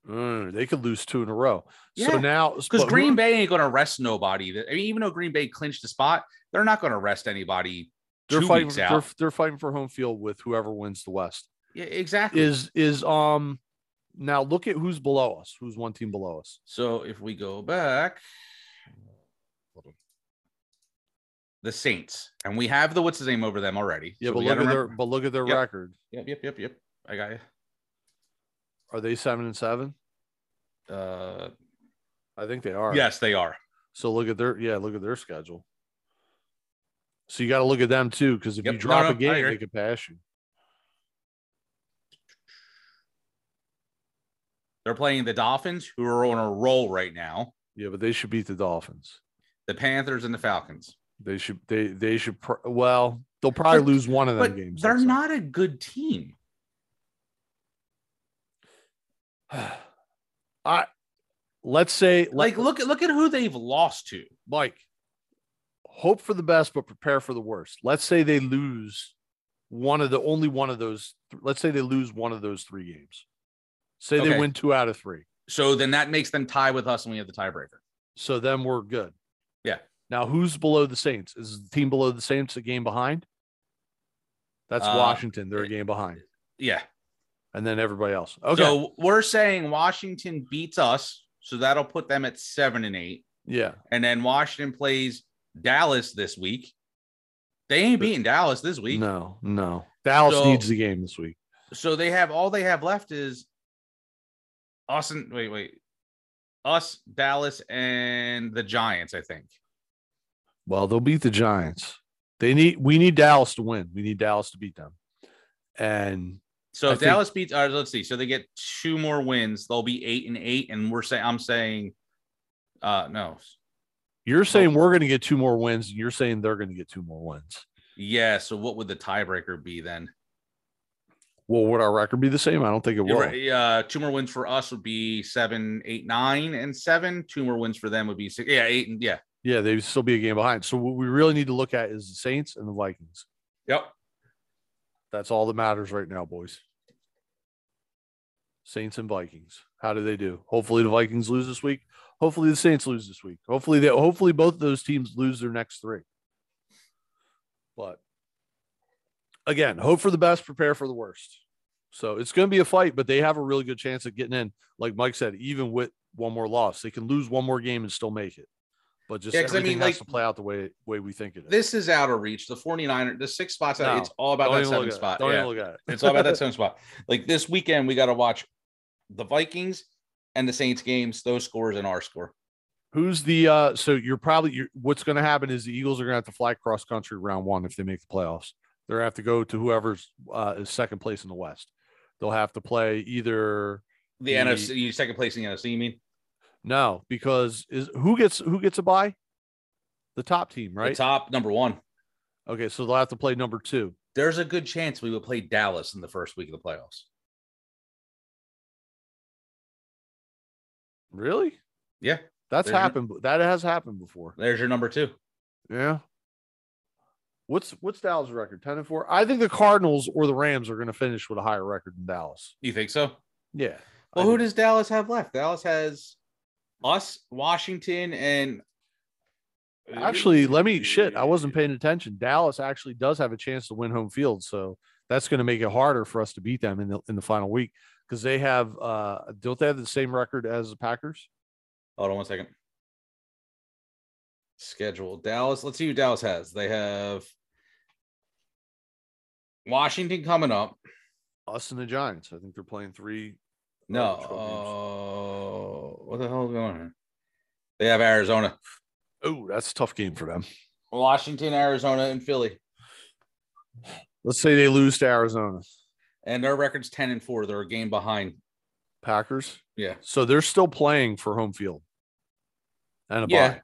mm, they could lose two in a row. Yeah, so now because but Green who- Bay ain't going to rest nobody. That I mean, even though Green Bay clinched the spot, they're not going to rest anybody. they're two fighting weeks they're, out. they're fighting for home field with whoever wins the West. Yeah, exactly. Is is um now look at who's below us. Who's one team below us? So if we go back, hold on. the Saints, and we have the what's his name over them already. Yeah, So but we look gotta at their remember- but look at their Yep. record. Yep, yep, yep, yep. I got you. Are they seven and seven? Uh, I think they are. Yes, they are. So look at their yeah, look at their schedule. So you got to look at them too, because if Yep. you No, drop no, a I game, agree. they could pass you. They're playing the Dolphins, who are on a roll right now. Yeah, but they should beat the Dolphins. The Panthers and the Falcons, They should they they should pr- well they'll probably But- lose one of them but games. they're next time. not a good team. I let's say Like, like look at look at who they've lost to. Mike. Hope for the best, but prepare for the worst. Let's say they lose one of the only one of those. Let's say they lose one of those three games. Say Okay. they win two out of three. So then that makes them tie with us, and we have the tiebreaker. So then we're good. Yeah. Now who's below the Saints? Is the team below the Saints a game behind? That's Uh, Washington. They're a game behind. Yeah. And then everybody else. Okay. So we're saying Washington beats us, so that'll put them at seven and eight. yeah. And then Washington plays Dallas this week. They ain't beating Dallas this week. No, no. Dallas So- needs the game this week. So they have all they have left is us and wait, wait. Us, Dallas, and the Giants, I think. Well, they'll beat the Giants. They need we need Dallas to win. We need Dallas to beat them. And So I if think- Dallas beats ours, let's see. So they get two more wins, they'll be eight and eight. And we're saying I'm saying uh no. you're saying we're going to get two more wins, and you're saying they're going to get two more wins. Yeah. So what would the tiebreaker be then? Well, would our record be the same? I don't think it will. You're right, Uh, two more wins for us would be seven, eight, nine, and seven. Two more wins for them would be six. Yeah, eight and yeah. Yeah, they would still be a game behind. So what we really need to look at is the Saints and the Vikings. Yep. That's all that matters right now, boys. Saints and Vikings. How do they do? Hopefully the Vikings lose this week. Hopefully the Saints lose this week. Hopefully they hopefully both of those teams lose their next three. But again, hope for the best, prepare for the worst. So it's going to be a fight, but they have a really good chance of getting in. Like Mike said, even with one more loss, they can lose one more game and still make it. But just Yeah, 'cause I everything mean, has like, to play out the way way we think it is. This is out of reach. The 49er, the six spots out. No, It's all about Don't that even look seven at spot. it. Don't Yeah. even look at it. It's all about that seven spot. Like this weekend, we got to watch the Vikings and the Saints games, those scores and our score. Who's the uh so you're probably you're, what's going to happen is the Eagles are going to have to fly cross country round 1 if they make the playoffs. They're going to have to go to whoever's uh is second place in the West. They'll have to play either The The- NFC, you second place in the NFC, you mean? no because is who gets who gets a bye? The top team, Right. right? top number one. okay, so they'll have to play number 2. There's a good chance we would play Dallas in the first week of the playoffs. Really? Yeah. That's There's your- happened. That has happened before. There's your number two. Yeah. What's what's Dallas' record? Ten and four. I think the Cardinals or the Rams are going to finish with a higher record than Dallas. You think so? Yeah. Well, I who do. does Dallas have left? Dallas has us, Washington, and Uh, Actually, let me shit. I wasn't paying attention. Dallas actually does have a chance to win home field, so that's going to make it harder for us to beat them in the in the final week because they have uh don't they have the same record as the Packers? Hold on one second. Schedule Dallas. Let's see who Dallas has. They have Washington coming up. Us and the Giants. I think they're playing three. No, Oh, uh, what the hell is going on? Here? They have Arizona, Oh, that's a tough game for them. Washington, Arizona, and Philly, Let's say they lose to Arizona and their record's ten and four. They're a game behind. Packers. Yeah, So they're still playing for home field. And a Yeah. bye.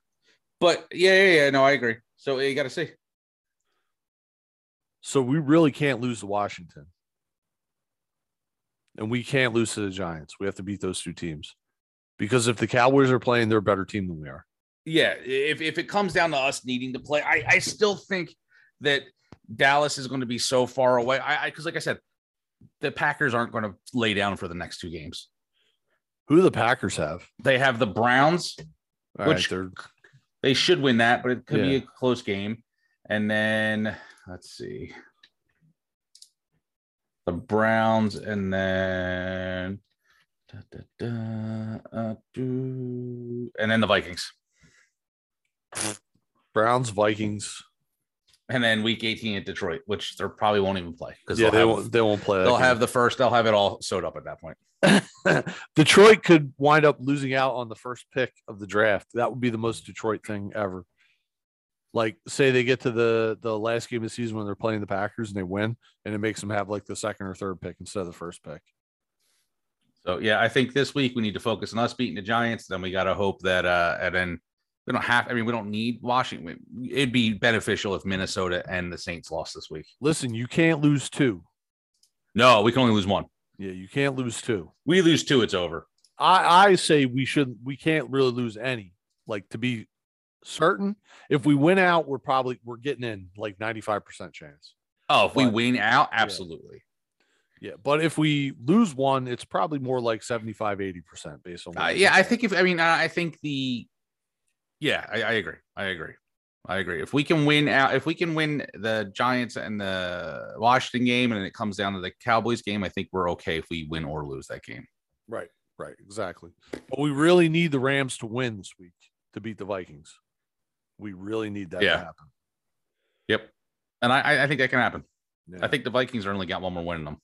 but yeah, yeah, yeah. No, I agree. So you got to see. So we really can't lose to Washington. And we can't lose to the Giants. We have to beat those two teams. Because if the Cowboys are playing, they're a better team than we are. yeah, if if it comes down to us needing to play, I I still think that Dallas is going to be so far away. I because like I said, the Packers aren't going to lay down for the next two games. Who do the Packers have? They have the Browns. All Which- they're They should win that, but it could be Yeah. a close game. And then let's see, the Browns, and then. da, da, da, uh, do- and then the Vikings, Browns, Vikings. and then Week 18 at Detroit, which they probably won't even play because Yeah, they won't they won't play. that they'll game. have the first they'll have it all sewed up at that point Detroit could wind up losing out on the first pick of the draft. That would be the most Detroit thing ever. Like, say they get to the the last game of the season when they're playing the Packers and they win, and it makes them have like the second or third pick instead of the first pick. so yeah i think this week we need to focus on us beating the giants then we got to hope that uh and then we don't have i mean we don't need washington it'd be beneficial if minnesota and the saints lost this week Listen, you can't lose two. no we can only lose one Yeah, you can't lose two. we lose two it's over I I say we should we can't really lose any. Like to be certain, if we win out, we're probably we're getting in like ninety five percent chance. oh if we But- win out absolutely Yeah, but if we lose one, it's probably more like 75 80% based on what Uh, we yeah, just I said. think if I mean I I think the yeah, I, I agree. I agree. I agree. If we can win out, if we can win the Giants and the Washington game, and it comes down to the Cowboys game, I think we're okay if we win or lose that game. right, right, exactly. But we really need the Rams to win this week to beat the Vikings. We really need that Yeah. to happen. Yep. And I- I, I think that can happen. Yeah. I think the Vikings are only got one more win in them.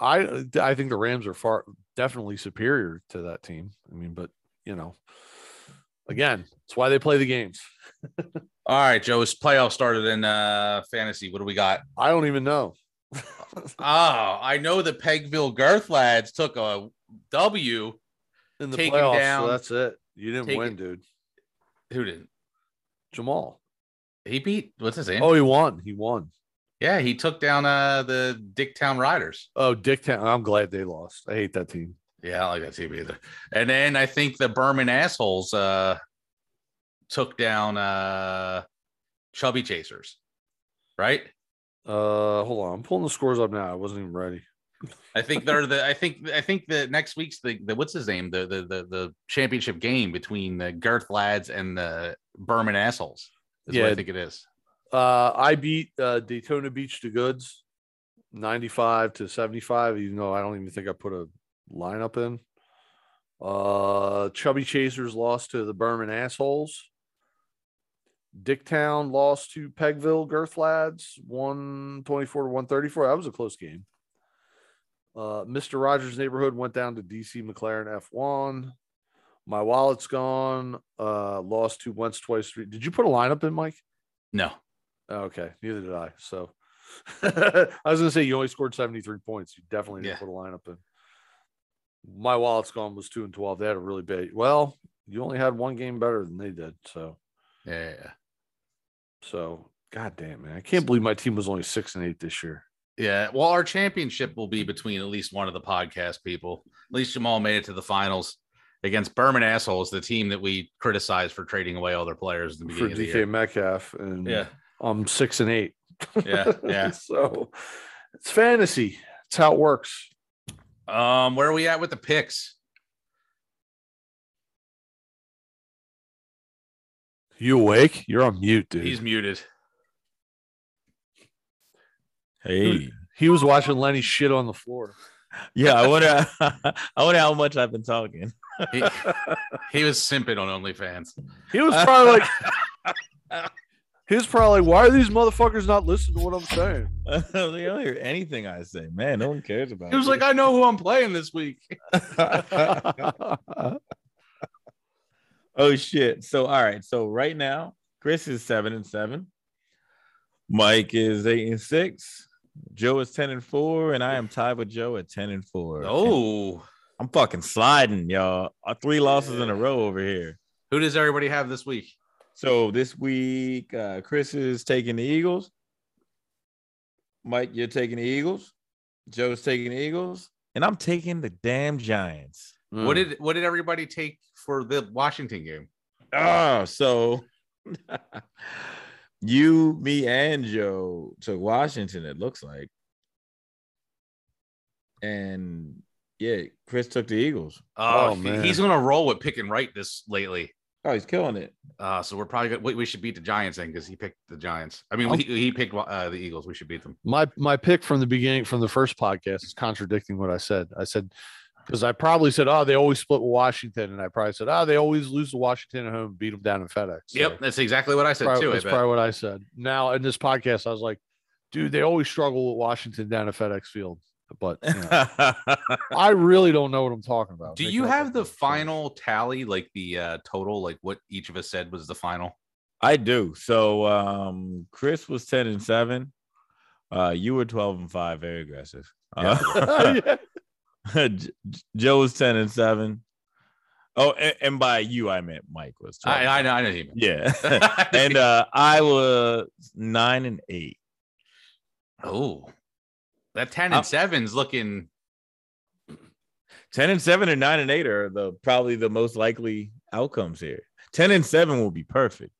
I I think the Rams are far definitely superior to that team. I mean, but you know, again, it's why they play the games. All right, Joe. It's playoff started in uh fantasy. What do we got? I don't even know. Oh, I know the Pegville Girth lads took a W. In the Take 'em playoffs, down. so that's it. You didn't Take win, it. dude. Who didn't? Jamal. He beat what's his name? Oh, he won. He won. Yeah, he took down uh the Dicktown Riders. Oh, Dick Town. I'm glad they lost. I hate that team. Yeah, I don't like that team either. And then I think the Berman assholes uh took down uh Chubby Chasers, right? Uh, hold on. I'm pulling the scores up now. I wasn't even ready. I think they're the I think I think the next week's the, the what's his name the, the the the championship uh, game between the Girth lads and the Berman assholes is what I Yeah. think it is. Uh, I beat uh, Daytona Beach to Goods 95 to 75, even though I don't even think I put a lineup in. Uh, Chubby Chasers lost to the Berman Assholes. Dicktown lost to Pegville Girth Lads 124 to 134. That was a close game. Uh, Mr. Rogers' Neighborhood went down to DC McLaren F1. My wallet's gone. Uh, lost to once, twice, three. Did you put a lineup in, Mike? No. Okay, neither did I. So I was gonna say you only scored 73 points. You definitely didn't Yeah. put a lineup in. My wallet's gone was two and twelve. They had a really bad well, you only had one game better than they did. So Yeah. so god damn man. I can't believe my team was only six and eight this year. Yeah. Well, our championship will be between at least one of the podcast people. At least Jamal made it to the finals against Berman Assholes, the team that we criticized for trading away all their players in the For beginning of the DK year. Metcalf and Yeah. I'm six and eight. Yeah. Yeah. so it's fantasy. It's how it works. Um, where are we at with the picks? You awake? You're on mute, dude. He's muted. Hey, he was watching Lenny shit on the floor. yeah, I wonder, I wonder how much I've been talking. He, he was simping on OnlyFans. He was probably like, he was probably like, why are these motherfuckers not listening to what I'm saying? they don't hear anything I say, man. No one cares about. He was like, I know who I'm playing this week. oh shit. So all right. So right now, Chris is seven and seven. Mike is eight and six. Joe is ten and four, and I am tied with Joe at ten and four. Oh, I'm fucking sliding, y'all. Uh, Three losses in a row over here. who does everybody have this week? So this week, uh, Chris is taking the Eagles. Mike, you're taking the Eagles. Joe's taking the Eagles, and I'm taking the damn Giants. What did what did everybody take for the Washington game? Oh, so you, me, and Joe took Washington, it looks like. And yeah, Chris took the Eagles. Oh, Oh, he- man. he's gonna roll with pick and right this lately. Oh, he's killing it. Uh, so we're probably gonna, we, we should beat the Giants then because he picked the Giants. I mean, I'm- he, he picked uh, the Eagles. We should beat them. my my pick from the beginning from the first podcast is contradicting what I said. I said because I probably said, oh, they always split with Washington, and I probably said, oh, they always lose to Washington at home, beat them down in FedEx. So yep, that's exactly what I said probably- too. I that's bet. probably what I said. Now in this podcast, I was like, dude, they always struggle with Washington down at FedEx Field, but you know, I really don't know what I'm talking about. Do They you come up have with the those things. final tally, like the uh, total, like what each of us said was the final? I do. So um Chris was 10 and 7. Uh you were 12 and 5, very aggressive. Uh, Yeah. J- Joe was 10 and 7. Oh, and, and by you I meant Mike was 12. I, I know, I know. You mean. yeah. and uh I was nine and eight. oh, that ten I'm- and seven's looking. Ten and seven and nine and eight are the probably the most likely outcomes here. Ten and seven will be perfect.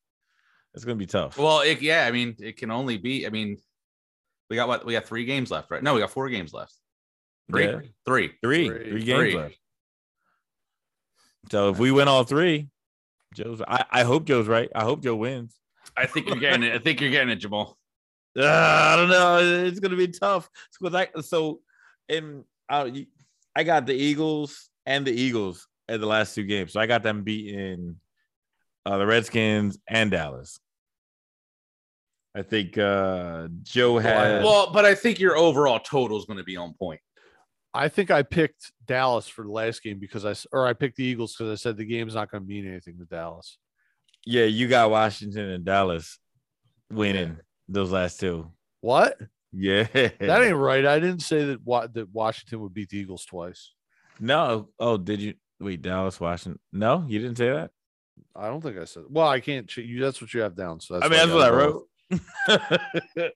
It's gonna be tough. Well, it, yeah, I mean, it can only be. I mean, we got what? We got three games left, right? No, we got four games left. Three, Yeah. three. three, Three. three, games Three. left. So if we win all three, Joe's. I, I hope Joe's right. I hope Joe wins. I think you're getting it. I think you're getting it, Jamal. Uh, I don't know. It's gonna be tough. It's 'cause I- so, and I, I got the Eagles and the Eagles at the last two games. So I got them beating uh, the Redskins and Dallas. I think uh, Joe had. Well, but I think your overall total is going to be on point. I think I picked Dallas for the last game because I s- or I picked the Eagles because I said the game's not going to mean anything to Dallas. yeah, you got Washington and Dallas winning those last two. What? Yeah, That ain't right. I didn't say that wa- that Washington would beat the Eagles twice. no. Oh, did you wait? Dallas, Washington. No, you didn't say that. I don't think I said. Well, I can't. ch- You that's what you have down. So that's I mean, that's got what I wrong. wrote.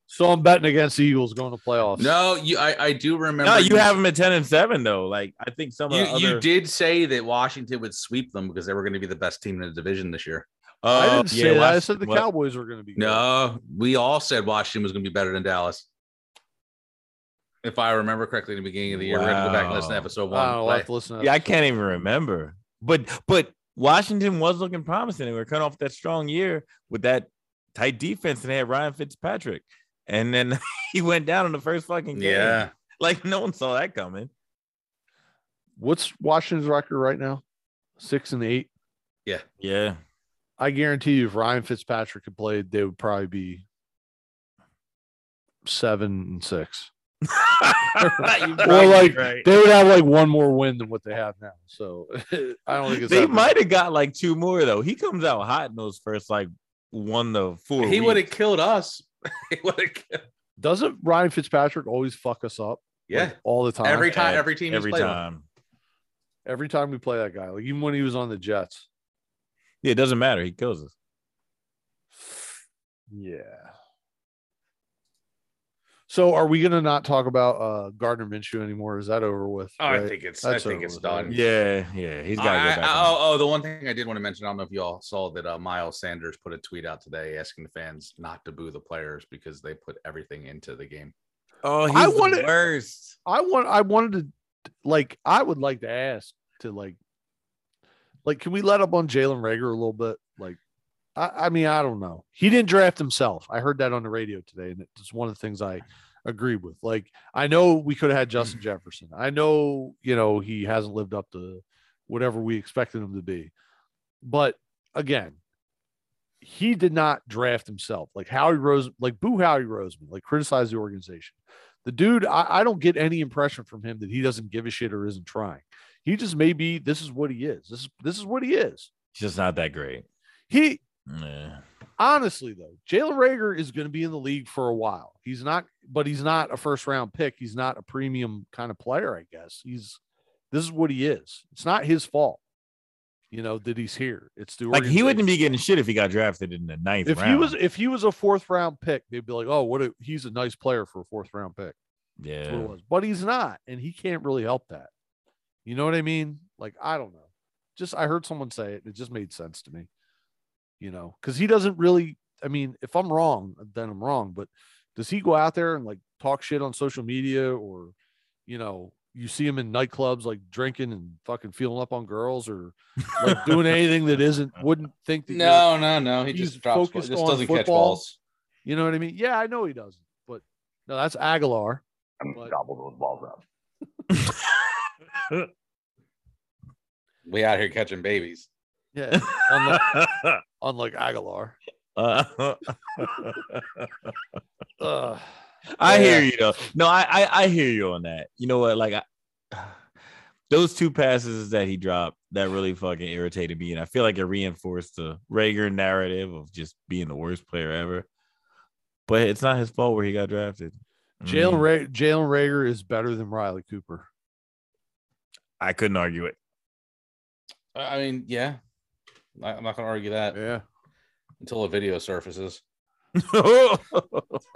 So I'm betting against the Eagles going to playoffs. No, you. I, I do remember. No, you have them at ten and seven though. Like I think some of You, the other. you did say that Washington would sweep them because they were going to be the best team in the division this year. Oh, I didn't yeah, say that. I Washington- said the what- Cowboys were going to be. good. No, we all said Washington was going to be better than Dallas. If I remember correctly, in the beginning of the year, we're going to go back and listen to Wow. Oh, episode one. I don't know. I'll have But to listen. To Yeah, I can't even remember. But but Washington was looking promising. They were coming off that strong year with that tight defense and they had Ryan Fitzpatrick. And then he went down in the first fucking game. Yeah. Like no one saw that coming. What's Washington's record right now? Six and eight. Yeah. I guarantee you, if Ryan Fitzpatrick had played, they would probably be seven and six. or like, They would have like one more win than what they have now. So I don't think it's they that bad. might have got like two more though. He comes out hot in those first like one to four. He would have weeks. killed us. he would have killed. Doesn't Ryan Fitzpatrick always fuck us up? Yeah. Like, all the time. every time, Yeah, every team, every time. every time we play that guy, like even when he was on the Jets. Yeah, it doesn't matter. He kills us. Yeah. So are we gonna not talk about uh Gardner Minshew anymore? Is that over with? Oh, I right? think it's. That's I think over it's with, done. right? Yeah, yeah. He's got to I- go back. I- on. oh, oh, the one thing I did want to mention, I don't know if you all saw that uh, Miles Sanders put a tweet out today asking the fans not to boo the players because they put everything into the game. Oh, he's I the wanted- worst. I want I wanted to like I would like to ask to like like can we let up on Jalen Rager a little bit? Like I, I mean, I don't know. He didn't draft himself. I heard that on the radio today, and it's one of the things I agree with. Like, I know we could have had Justin Jefferson. I know, you know, he hasn't lived up to whatever we expected him to be. But again, he did not draft himself. Like Howie Rose, like boo Howie Roseman, like criticize the organization. The dude, I, I don't get any impression from him that he doesn't give a shit or isn't trying. He just maybe this is what he is. This is this is what he is. He's just not that great. He Yeah. honestly though, Jalen Rager is going to be in the league for a while. He's not, but he's not a first round pick. He's not a premium kind of player, I guess. He's this is what he is. It's not his fault, you know, that he's here. It's the Like he wouldn't organization. be getting shit if he got drafted in the ninth If round. he was, if he was a fourth round pick, they'd be like, "Oh, what? A, he's a nice player for a fourth round pick." That's what yeah. it was. But he's not, and he can't really help that. You know what I mean? Like, I don't know. Just I heard someone say it, and it just made sense to me. You know, because he doesn't really I mean, if I'm wrong, then I'm wrong. But does he go out there and like talk shit on social media or you know, you see him in nightclubs like drinking and fucking feeling up on girls or like doing anything that isn't wouldn't think that you're- No, no, no. He He's just drops. focused Just on doesn't catch football. balls. you know what I mean? Yeah, I know he doesn't, but no, that's Aguilar. But We out here catching babies. yeah, unlike, unlike Aguilar. Uh, Ugh. I hear Yeah. you though. No, I, I I hear you on that. You know what? Like I, those two passes that he dropped that really fucking irritated me, and I feel like it reinforced the Rager narrative of just being the worst player ever. But it's not his fault where he got drafted. Mm-hmm. I Jalen mean, Ra- Jalen Rager is better than Riley Cooper. I couldn't argue it. I I mean, yeah. I- I'm not gonna argue that Yeah. until a video surfaces.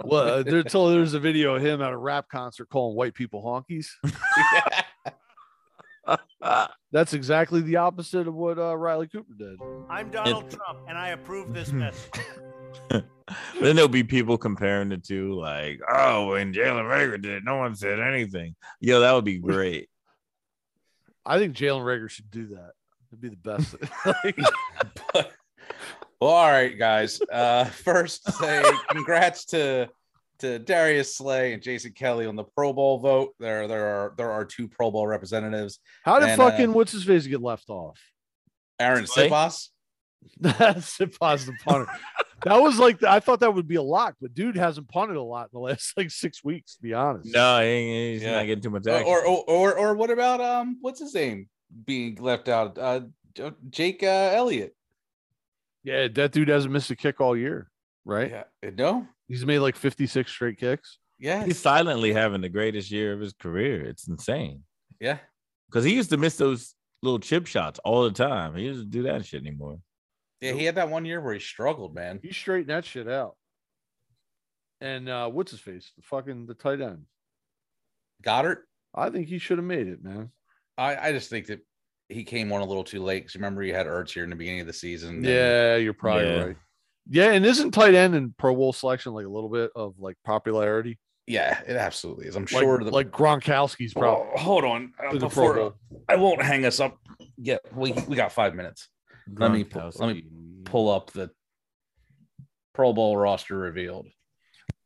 Well, uh, there, until there's a video of him at a rap concert calling white people honkies. That's exactly the opposite of what uh, Riley Cooper did. I'm Donald Trump, and I approve this message. then there'll be people comparing the two, like, oh, when Jalen Rager did, it, no one said anything. Yo, that would be great. I think Jalen Rager should do that. It'd be the best. Like, Well, all right, guys. Uh, first, say congrats to to Darius Slay and Jason Kelly on the Pro Bowl vote. There, there are there are two Pro Bowl representatives. how did And, uh, fucking what's his face get left off? Aaron Slay? Sipos. That's a positive punter. That was like I thought that would be a lock, but dude hasn't punted a lot in the last like six weeks. To be honest, No, he ain't- he's Yeah. not getting too much Or, action. or or or what about um what's his name being left out? Uh, J- Jake uh, Elliott. yeah, that dude hasn't missed a kick all year, right? Yeah. Uh, No. He's made like fifty six straight kicks. Yeah. he's silently having the greatest year of his career. It's insane Yeah. because he used to miss those little chip shots all the time. He doesn't do that shit anymore. Yeah. He had that one year where he struggled, man. He straightened that shit out. And uh, what's his face? The fucking the tight end. Goddard. I think he should have made it, man. I I just think that he came on a little too late. Cause remember, you had Ertz here in the beginning of the season. and- Yeah, you're probably Yeah. right. Yeah, and isn't tight end and Pro Bowl selection like a little bit of like popularity? Yeah, it absolutely is. I'm Like, sure the like Gronkowski's probably Oh, hold on. Uh, to the Pro before Bowl. I won't hang us up. Yeah, we we got five minutes. Let me pull, Gronkowski. let me pull up the Pro Bowl roster revealed.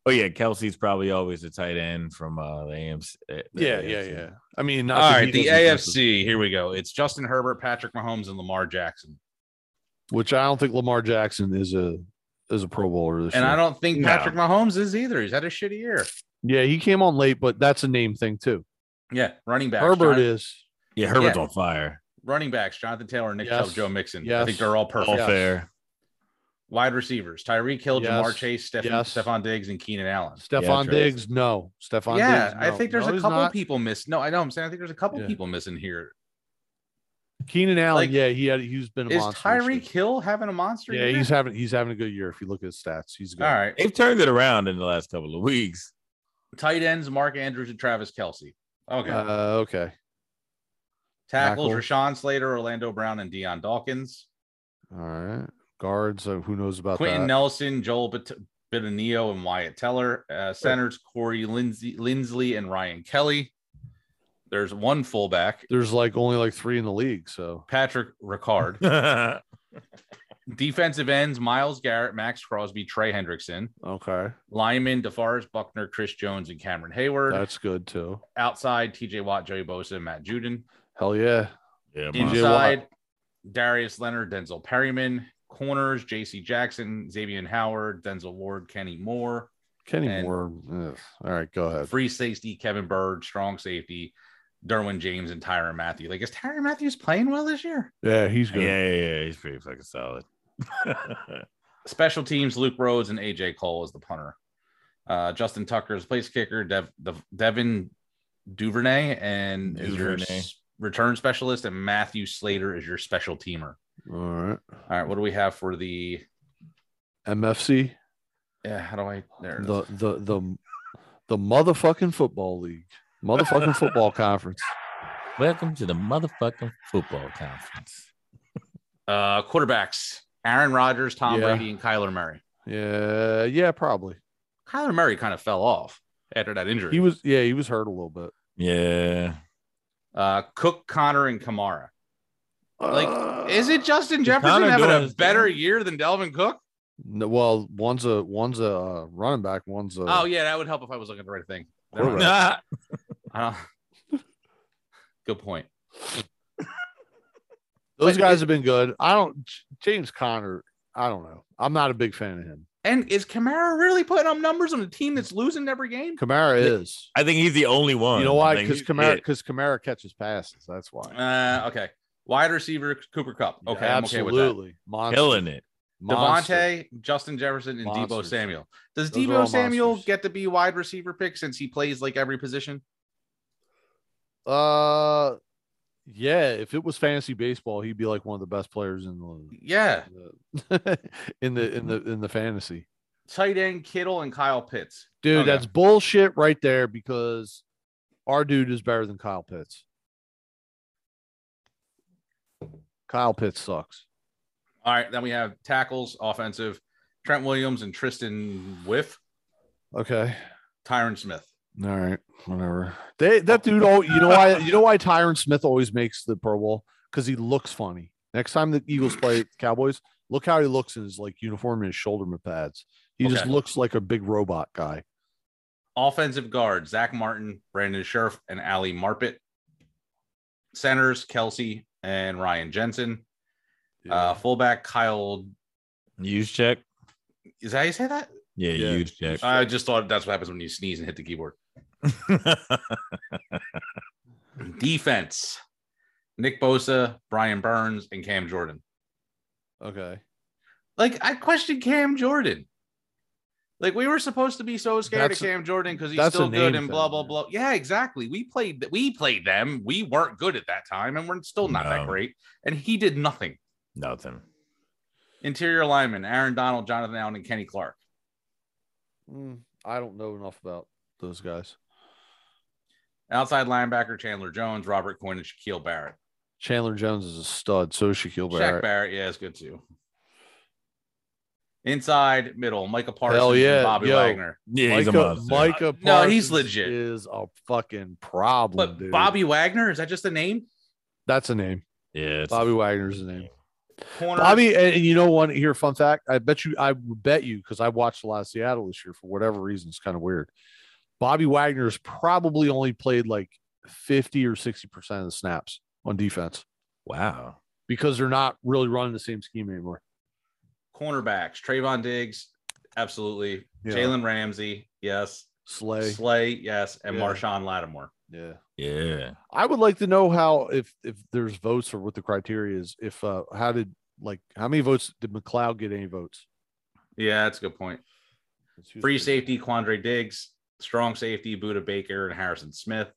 Oh yeah, Kelsey's probably always the tight end from uh, the AMC. uh, the Yeah, yeah, AFC. yeah. I mean, not All that right, he the doesn't AFC. versus- Here we go. It's Justin Herbert, Patrick Mahomes, and Lamar Jackson. which I don't think Lamar Jackson is a is a Pro Bowler this And year. I don't think No. Patrick Mahomes is either. He's had a shitty year. yeah, he came on late, but that's a name thing too. Yeah, running back. Herbert Jonathan- is Yeah, Herbert's Yeah. on fire. running backs, Jonathan Taylor, Nick Yes. Chubb, Joe Mixon. I Yes. think they're all perfect. All Yes. fair. Wide receivers, Tyreek Hill, Yes. Jamar Chase, Stephen, Yes. Stephon Diggs, and Keenan Allen. Stefan true. Diggs. No, Stefan. yeah, Diggs, I no. think there's No, a he's couple not. people missing. No, I know I'm saying I think there's a couple Yeah. people missing here. Keenan Allen. Like, yeah, he had he's been a Is monster this Tyreek year. Hill having a monster? Yeah, year? he's having he's having a good year. If you look at his stats, he's good. all right. They've turned it around in the last couple of weeks. Tight ends, Mark Andrews and Travis Kelsey. Okay. Uh, okay. Tackles, tackle. Rashawn Slater, Orlando Brown, and Deion Dawkins. All right. Guards. Uh, who knows about Quentin that? Nelson, Joel Bit- Bitonio, and Wyatt Teller. Uh, centers, Corey Lindsey, Lindsley, and Ryan Kelly. There's one fullback, There's like only like three in the league. So Patrick Ricard. That's Defensive ends, Miles Garrett, Max Crosby, Trey Hendrickson. okay, Lyman, DeForest Buckner, Chris Jones, and Cameron Hayward. that's good too. Outside, TJ Watt, Joey Bosa, and Matt Juden. Hell yeah. yeah, In- Monster. Inside, Darius Leonard, Denzel Perryman. Corners, J.C. Jackson, Xavier Howard, Denzel Ward, Kenny Moore. Kenny And- Moore. ugh. All right, go ahead. Free safety, Kevin Bird. Strong safety, Derwin James, and Tyron Matthew. Like, is Tyron Matthews playing well this year? Yeah, he's yeah, good. yeah, yeah. He's pretty fucking solid. Special teams, Luke Rhodes and AJ Cole is the punter. Uh, Justin Tucker is place kicker. Dev, Dev, Devin Duvernay and is your Duvernay. s- return specialist, and Matthew Slater is your special teamer. All right. All right, what do we have for the? MFC. Yeah, how do I? There. it is. the the the the motherfucking football league, motherfucking football conference. Welcome to the motherfucking football conference. Uh, quarterbacks: Aaron Rodgers, Tom Yeah. Brady, and Kyler Murray. Yeah, yeah, probably. Kyler Murray kind of fell off after that injury. He was yeah, he was hurt a little bit. Yeah. uh, Cook, Connor, and Kamara. Like, Is it Justin Connor Jefferson having doing a his thing? better year than Delvin Cook? No, well, one's a one's a uh, running back, one's a Oh yeah, that would help if I was looking at the right thing. Never mind. Quarterback. Nah. Uh, good point. those but guys it- have been good. I don't J- James Conner. I don't know. I'm not a big fan of him. And is Kamara really putting up numbers on a team that's losing every game? Kamara is. I think he's the only one. You know why? Like, Because he's Kamara it. because Kamara catches passes. That's why. Uh, okay. Wide receiver Cooper Cup. Okay, I'm okay with that. absolutely. Monster. killing it. Monster. Devontae, Justin Jefferson, and Debo Monsters. Samuel. Does Those are Debo all Samuel monsters. get to be wide receiver pick since he plays like every position? Uh, yeah. If it was fantasy baseball, he'd be like one of the best players in the Yeah. the- in the in the in the fantasy. Tight end Kittle and Kyle Pitts. Dude, Okay. that's bullshit right there because our dude is better than Kyle Pitts. Kyle Pitts sucks. All right. Then we have tackles, offensive, Trent Williams and Tristan Whiff, Okay. Tyron Smith. All right. Whatever. They that dude oh you know why you know why Tyron Smith always makes the Pro Bowl? Because he looks funny. Next time the Eagles play Cowboys, look how he looks in his like uniform and his shoulder pads. He just Okay. looks like a big robot guy. Offensive guard, Zach Martin, Brandon Scherf, and Ali Marpet. Centers, Kelsey and Ryan Jensen. Uh, fullback, Kyle. Use check. Is that how you say that? Yeah, Yeah. use check. I just thought that's what happens when you sneeze and hit the keyboard. Defense, Nick Bosa, Brian Burns, and Cam Jordan. okay. Like, I questioned Cam Jordan. Like, we were supposed to be so scared That's- of Cam Jordan because he's that's a still good name and blah, thing, blah, blah. yeah. Yeah, exactly. We played we played them. We weren't good at that time, and we're still not No. that great. And he did nothing. Nothing. Interior lineman, Aaron Donald, Jonathan Allen, and Kenny Clark. Mm, I don't know enough about those guys. Outside linebacker, Chandler Jones, Robert Quinn, and Shaquille Barrett. Chandler Jones is a stud. So is Shaquille Shaq Barrett. Barrett, yeah, it's good too. Inside middle, Michael Parsons, Hell yeah, and Bobby yo. Wagner. Yeah, he's a Micah, monster. Micah No, he's Parsons legit. Is a fucking problem, But dude. Bobby Wagner is that just a name? that's a name. yeah, it's Bobby Wagner's a name. Corners, Bobby, and, and you know one here, fun fact. I bet you, I would bet you, because I watched a lot of Seattle this year for whatever reason. It's kind of weird. Bobby Wagner's probably only played like 50 or 60 percent of the snaps on defense Wow. because they're not really running the same scheme anymore. cornerbacks, Trayvon Diggs, absolutely. Yeah. Jalen Ramsey, yes. Slay. Slay, yes, and Yeah. Marshawn Lattimore. Yeah. Yeah. I would like to know how if if there's votes or what the criteria is. If uh how did like how many votes did McLeod get any votes? Yeah, that's a good point. Let's use Free the- safety, Quandre Diggs. Strong safety, Buda Baker and Harrison Smith.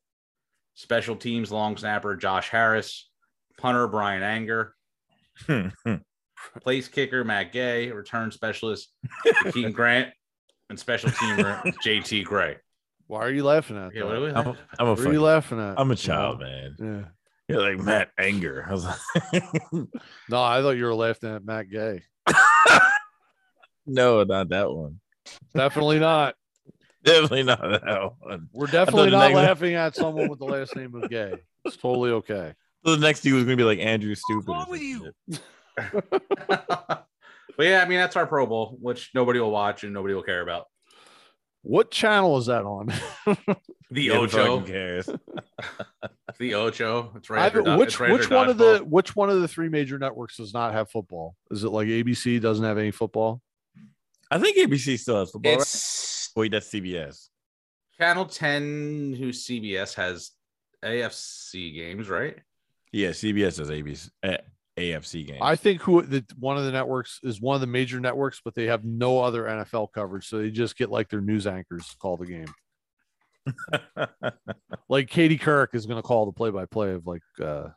Special teams, long snapper, Josh Harris. Punter, Brian Anger. Place kicker, Matt Gay. Return specialist, Keaton Grant. And special teamer, JT Gray. Why are you laughing at? Yeah, that? what do we- I'm a, I'm a, What are you fucking, laughing at? I'm a You child, know? man. Yeah. You're like Matt Anger. I was like, No, I thought you were laughing at Matt Gay. no, not that one. Definitely not. Definitely not that one. We're definitely not next one- laughing at someone with the last name of Gay. It's totally okay. The next dude was gonna be like Andrew Stupid. or wrong some with you? shit. but yeah, I mean, that's our Pro Bowl, which nobody will watch and nobody will care about. What channel is that on? The Yeah, Ocho. fucking cares. The Ocho. It's right. I, after Do- which it's right which after one of Dodgeball. the which one of the three major networks does not have football? Is it like ABC doesn't have any football? I think ABC still has football. right? It's Wait, that's CBS. Channel 10, who CBS has AFC games, right? Yeah, CBS has ABC eh, AFC games. I think who the one of the networks is one of the major networks, but they have no other NFL coverage, so they just get like their news anchors to call the game. Like Katie Kirk is going to call the play-by-play of like uh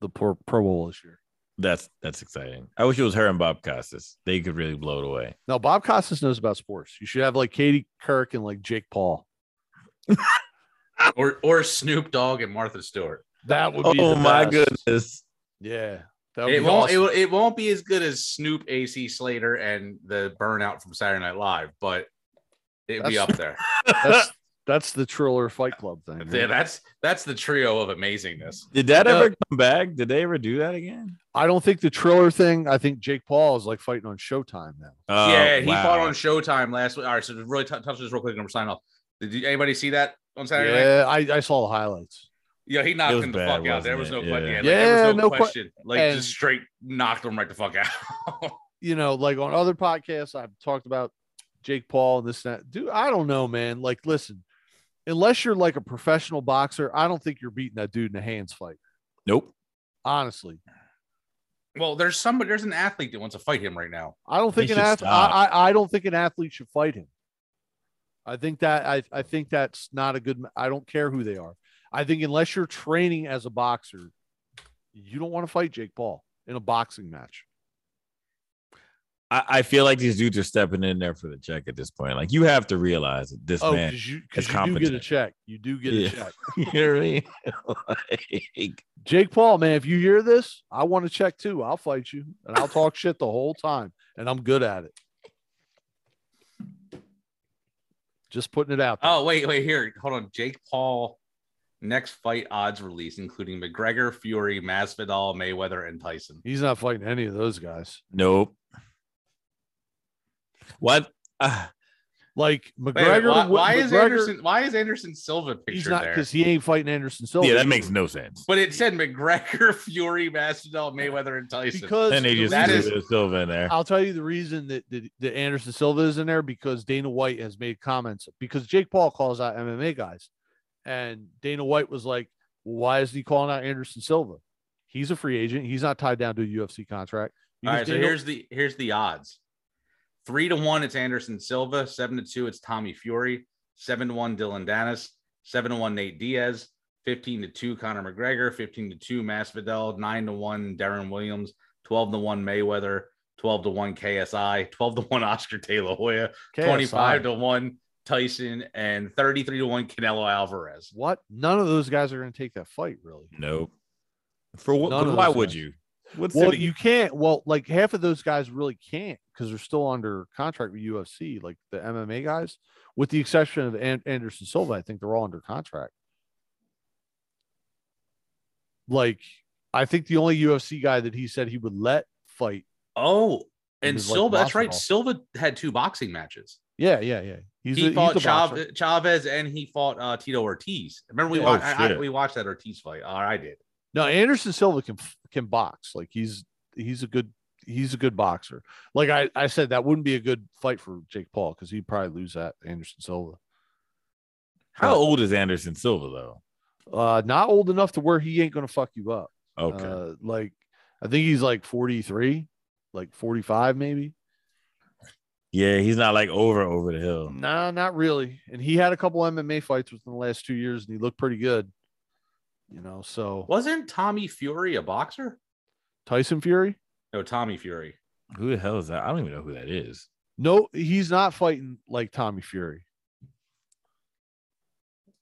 the Pro, Pro Bowl this year. that's that's exciting. I wish it was her and Bob Costas. They could really blow it away. Now Bob Costas knows about sports. You should have like Katie Kirk and like Jake Paul. Or or Snoop Dogg and Martha Stewart. That would be Oh the my best. goodness. Yeah. That would It be won't it, awesome. will- it won't be as good as Snoop AC Slater and the burnout from Saturday Night Live, but it'd be That's- up there. that's that's the Triller Fight Club thing. Yeah, that's that's the trio of amazingness. Did that No. ever come back? Did they ever do that again? I don't think the Triller thing. I think Jake Paul is like fighting on Showtime now. Oh, yeah, he wow. fought on Showtime last week. All right, so to really t- touch this real quick and we're signing off. Did you, anybody see that on Saturday night? yeah, I, I saw the highlights. Yeah, he knocked was him the bad, fuck out. There wasn't was it? no question. Yeah. Yeah, like, there Yeah, was no, no que- question. like and- just straight knocked him right the fuck out. You know, like on other podcasts, I've talked about Jake Paul and this and that. Dude, I don't know, man. Like, listen, unless you're like a professional boxer, I don't think you're beating that dude in a hands fight. Nope. Honestly, Well, there's somebody, there's an athlete that wants to fight him right now. I don't They think an should athlete. stop. I, I I don't think an athlete should fight him. I think that I I think that's not a good. m- I don't care who they are. I think unless you're training as a boxer, you don't want to fight Jake Paul in a boxing match. I, I feel like these dudes are stepping in there for the check at this point. Like you have to realize that this Oh, man. because you, 'cause is you do get a competent. check. You do get Yeah. a check. you hear me? like, Jake Paul, man, if you hear this, I want to check too. I'll fight you and I'll talk shit the whole time, and I'm good at it. Just putting it out. there. Oh, wait, wait, here. Hold on. Jake Paul, next fight odds release, including McGregor, Fury, Masvidal, Mayweather, and Tyson. He's not fighting any of those guys. nope. What? Ah, Like Wait, a minute, McGregor. why, would- why is McGregor- Anderson? Why is Anderson Silva He's pictured not there? because he ain't fighting Anderson Silva. yeah, that either. makes no sense. But it said McGregor, Fury, Masvidal, Mayweather, and Tyson. because And they the just That threw is- reason- Vince Silva in there. I'll tell you the reason that, that that Anderson Silva is in there because Dana White has made comments because Jake Paul calls out MMA guys, and Dana White was like, well, "Why isn't he calling out Anderson Silva? He's a free agent. He's not tied down to a UFC contract." All Because right, so Dana- here's the here's the odds. Three to one, it's Anderson Silva. Seven to two, it's Tommy Fury. Seven to one, Dylan Dennis. Seven to one, Nate Diaz. Fifteen to two, Conor McGregor. Fifteen to two, Masvidal. Nine to one, Darren Williams. Twelve to one, Mayweather. Twelve to one, KSI. Twelve to one, Oscar De La Hoya. KSI. Twenty-five to one, Tyson, and thirty-three to one, Canelo Alvarez. what? None of those guys are going to take that fight, really. Nope. For what? None of Why those would guys. you? What's Well, it- you can't. Well, like half of those guys really can't because they're still under contract with UFC, like the MMA guys, with the exception of An- Anderson Silva. I think they're all under contract. Like, I think the only UFC guy that he said he would let fight. Oh, He and was, like, Silva. that's right. Masvidal. Silva had two boxing matches. Yeah, yeah, yeah. He's he a- he's fought a boxer. Chav- Chavez and he fought uh, Tito Ortiz. Remember we Yeah. wa- Oh, I- I- shit. we watched that Ortiz fight. Or I did. No, Anderson Silva can can box. Like he's he's a good he's a good boxer. Like I I said, that wouldn't be a good fight for Jake Paul because he'd probably lose that to Anderson Silva. How old is Anderson Silva though? Uh, not old enough to where he ain't gonna fuck you up. Okay. Uh, like I think he's like forty three, like forty five maybe. yeah, he's not like over over the hill. Nah, not really. And he had a couple MMA fights within the last two years, and he looked pretty good. You know, so Wasn't Tommy Fury a boxer? Tyson Fury. No, Tommy Fury. Who the hell is that? I don't even know who that is. No, he's not fighting like Tommy Fury.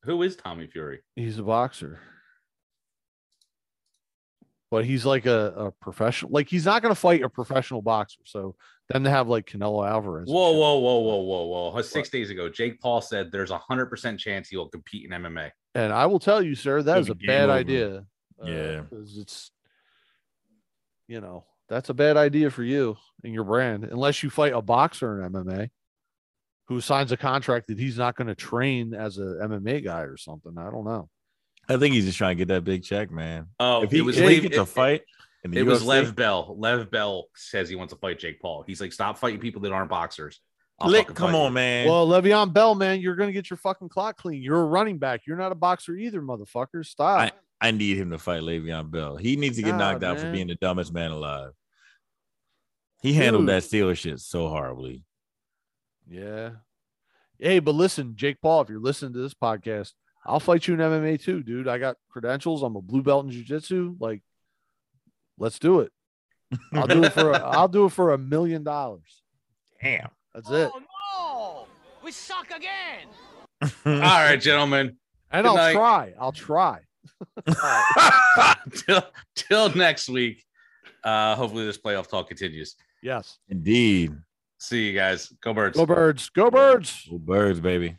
Who is Tommy Fury? He's a boxer. But he's like a, a professional, like he's not going to fight a professional boxer. So then to have like Canelo Alvarez. and Whoa, shit. whoa, whoa, whoa, whoa, whoa. Huh, Six days ago, Jake Paul said there's a hundred percent chance he will compete in MMA. And I will tell you, sir, that It'll is a be game bad over. idea. Yeah. Because it's, you know, that's a bad idea for you and your brand, unless you fight a boxer in MMA who signs a contract that he's not going to train as a MMA guy or something. I don't know. I think he's just trying to get that big check, man. Oh, If he, it was if he Lev, gets a fight, in It, the it was UFC Lev Bell. Lev Bell says he wants to fight Jake Paul. He's like, stop fighting people that aren't boxers. I'll Lick, fucking come fight on, you." man. Well, Le'Veon Bell, man, you're going to get your fucking clock clean. You're a running back. You're not a boxer either, motherfucker. Stop. I need him to fight Le'Veon Bell. He needs to get Nah, knocked out for man. being the dumbest man alive. He handled Dude. that Steeler shit so horribly. yeah. Hey, but listen, Jake Paul, if you're listening to this podcast, I'll fight you in MMA too, dude. I got credentials. I'm a blue belt in jiu-jitsu. Like, let's do it. I'll do it for a, I'll do it for a million dollars. Damn. That's it. Oh no! We suck again. All right, gentlemen. And Good I'll night. try. I'll try. till, till next week. Uh, hopefully this playoff talk continues. Yes. Indeed. See you guys. Go birds. Go birds. Go birds. Go birds, baby.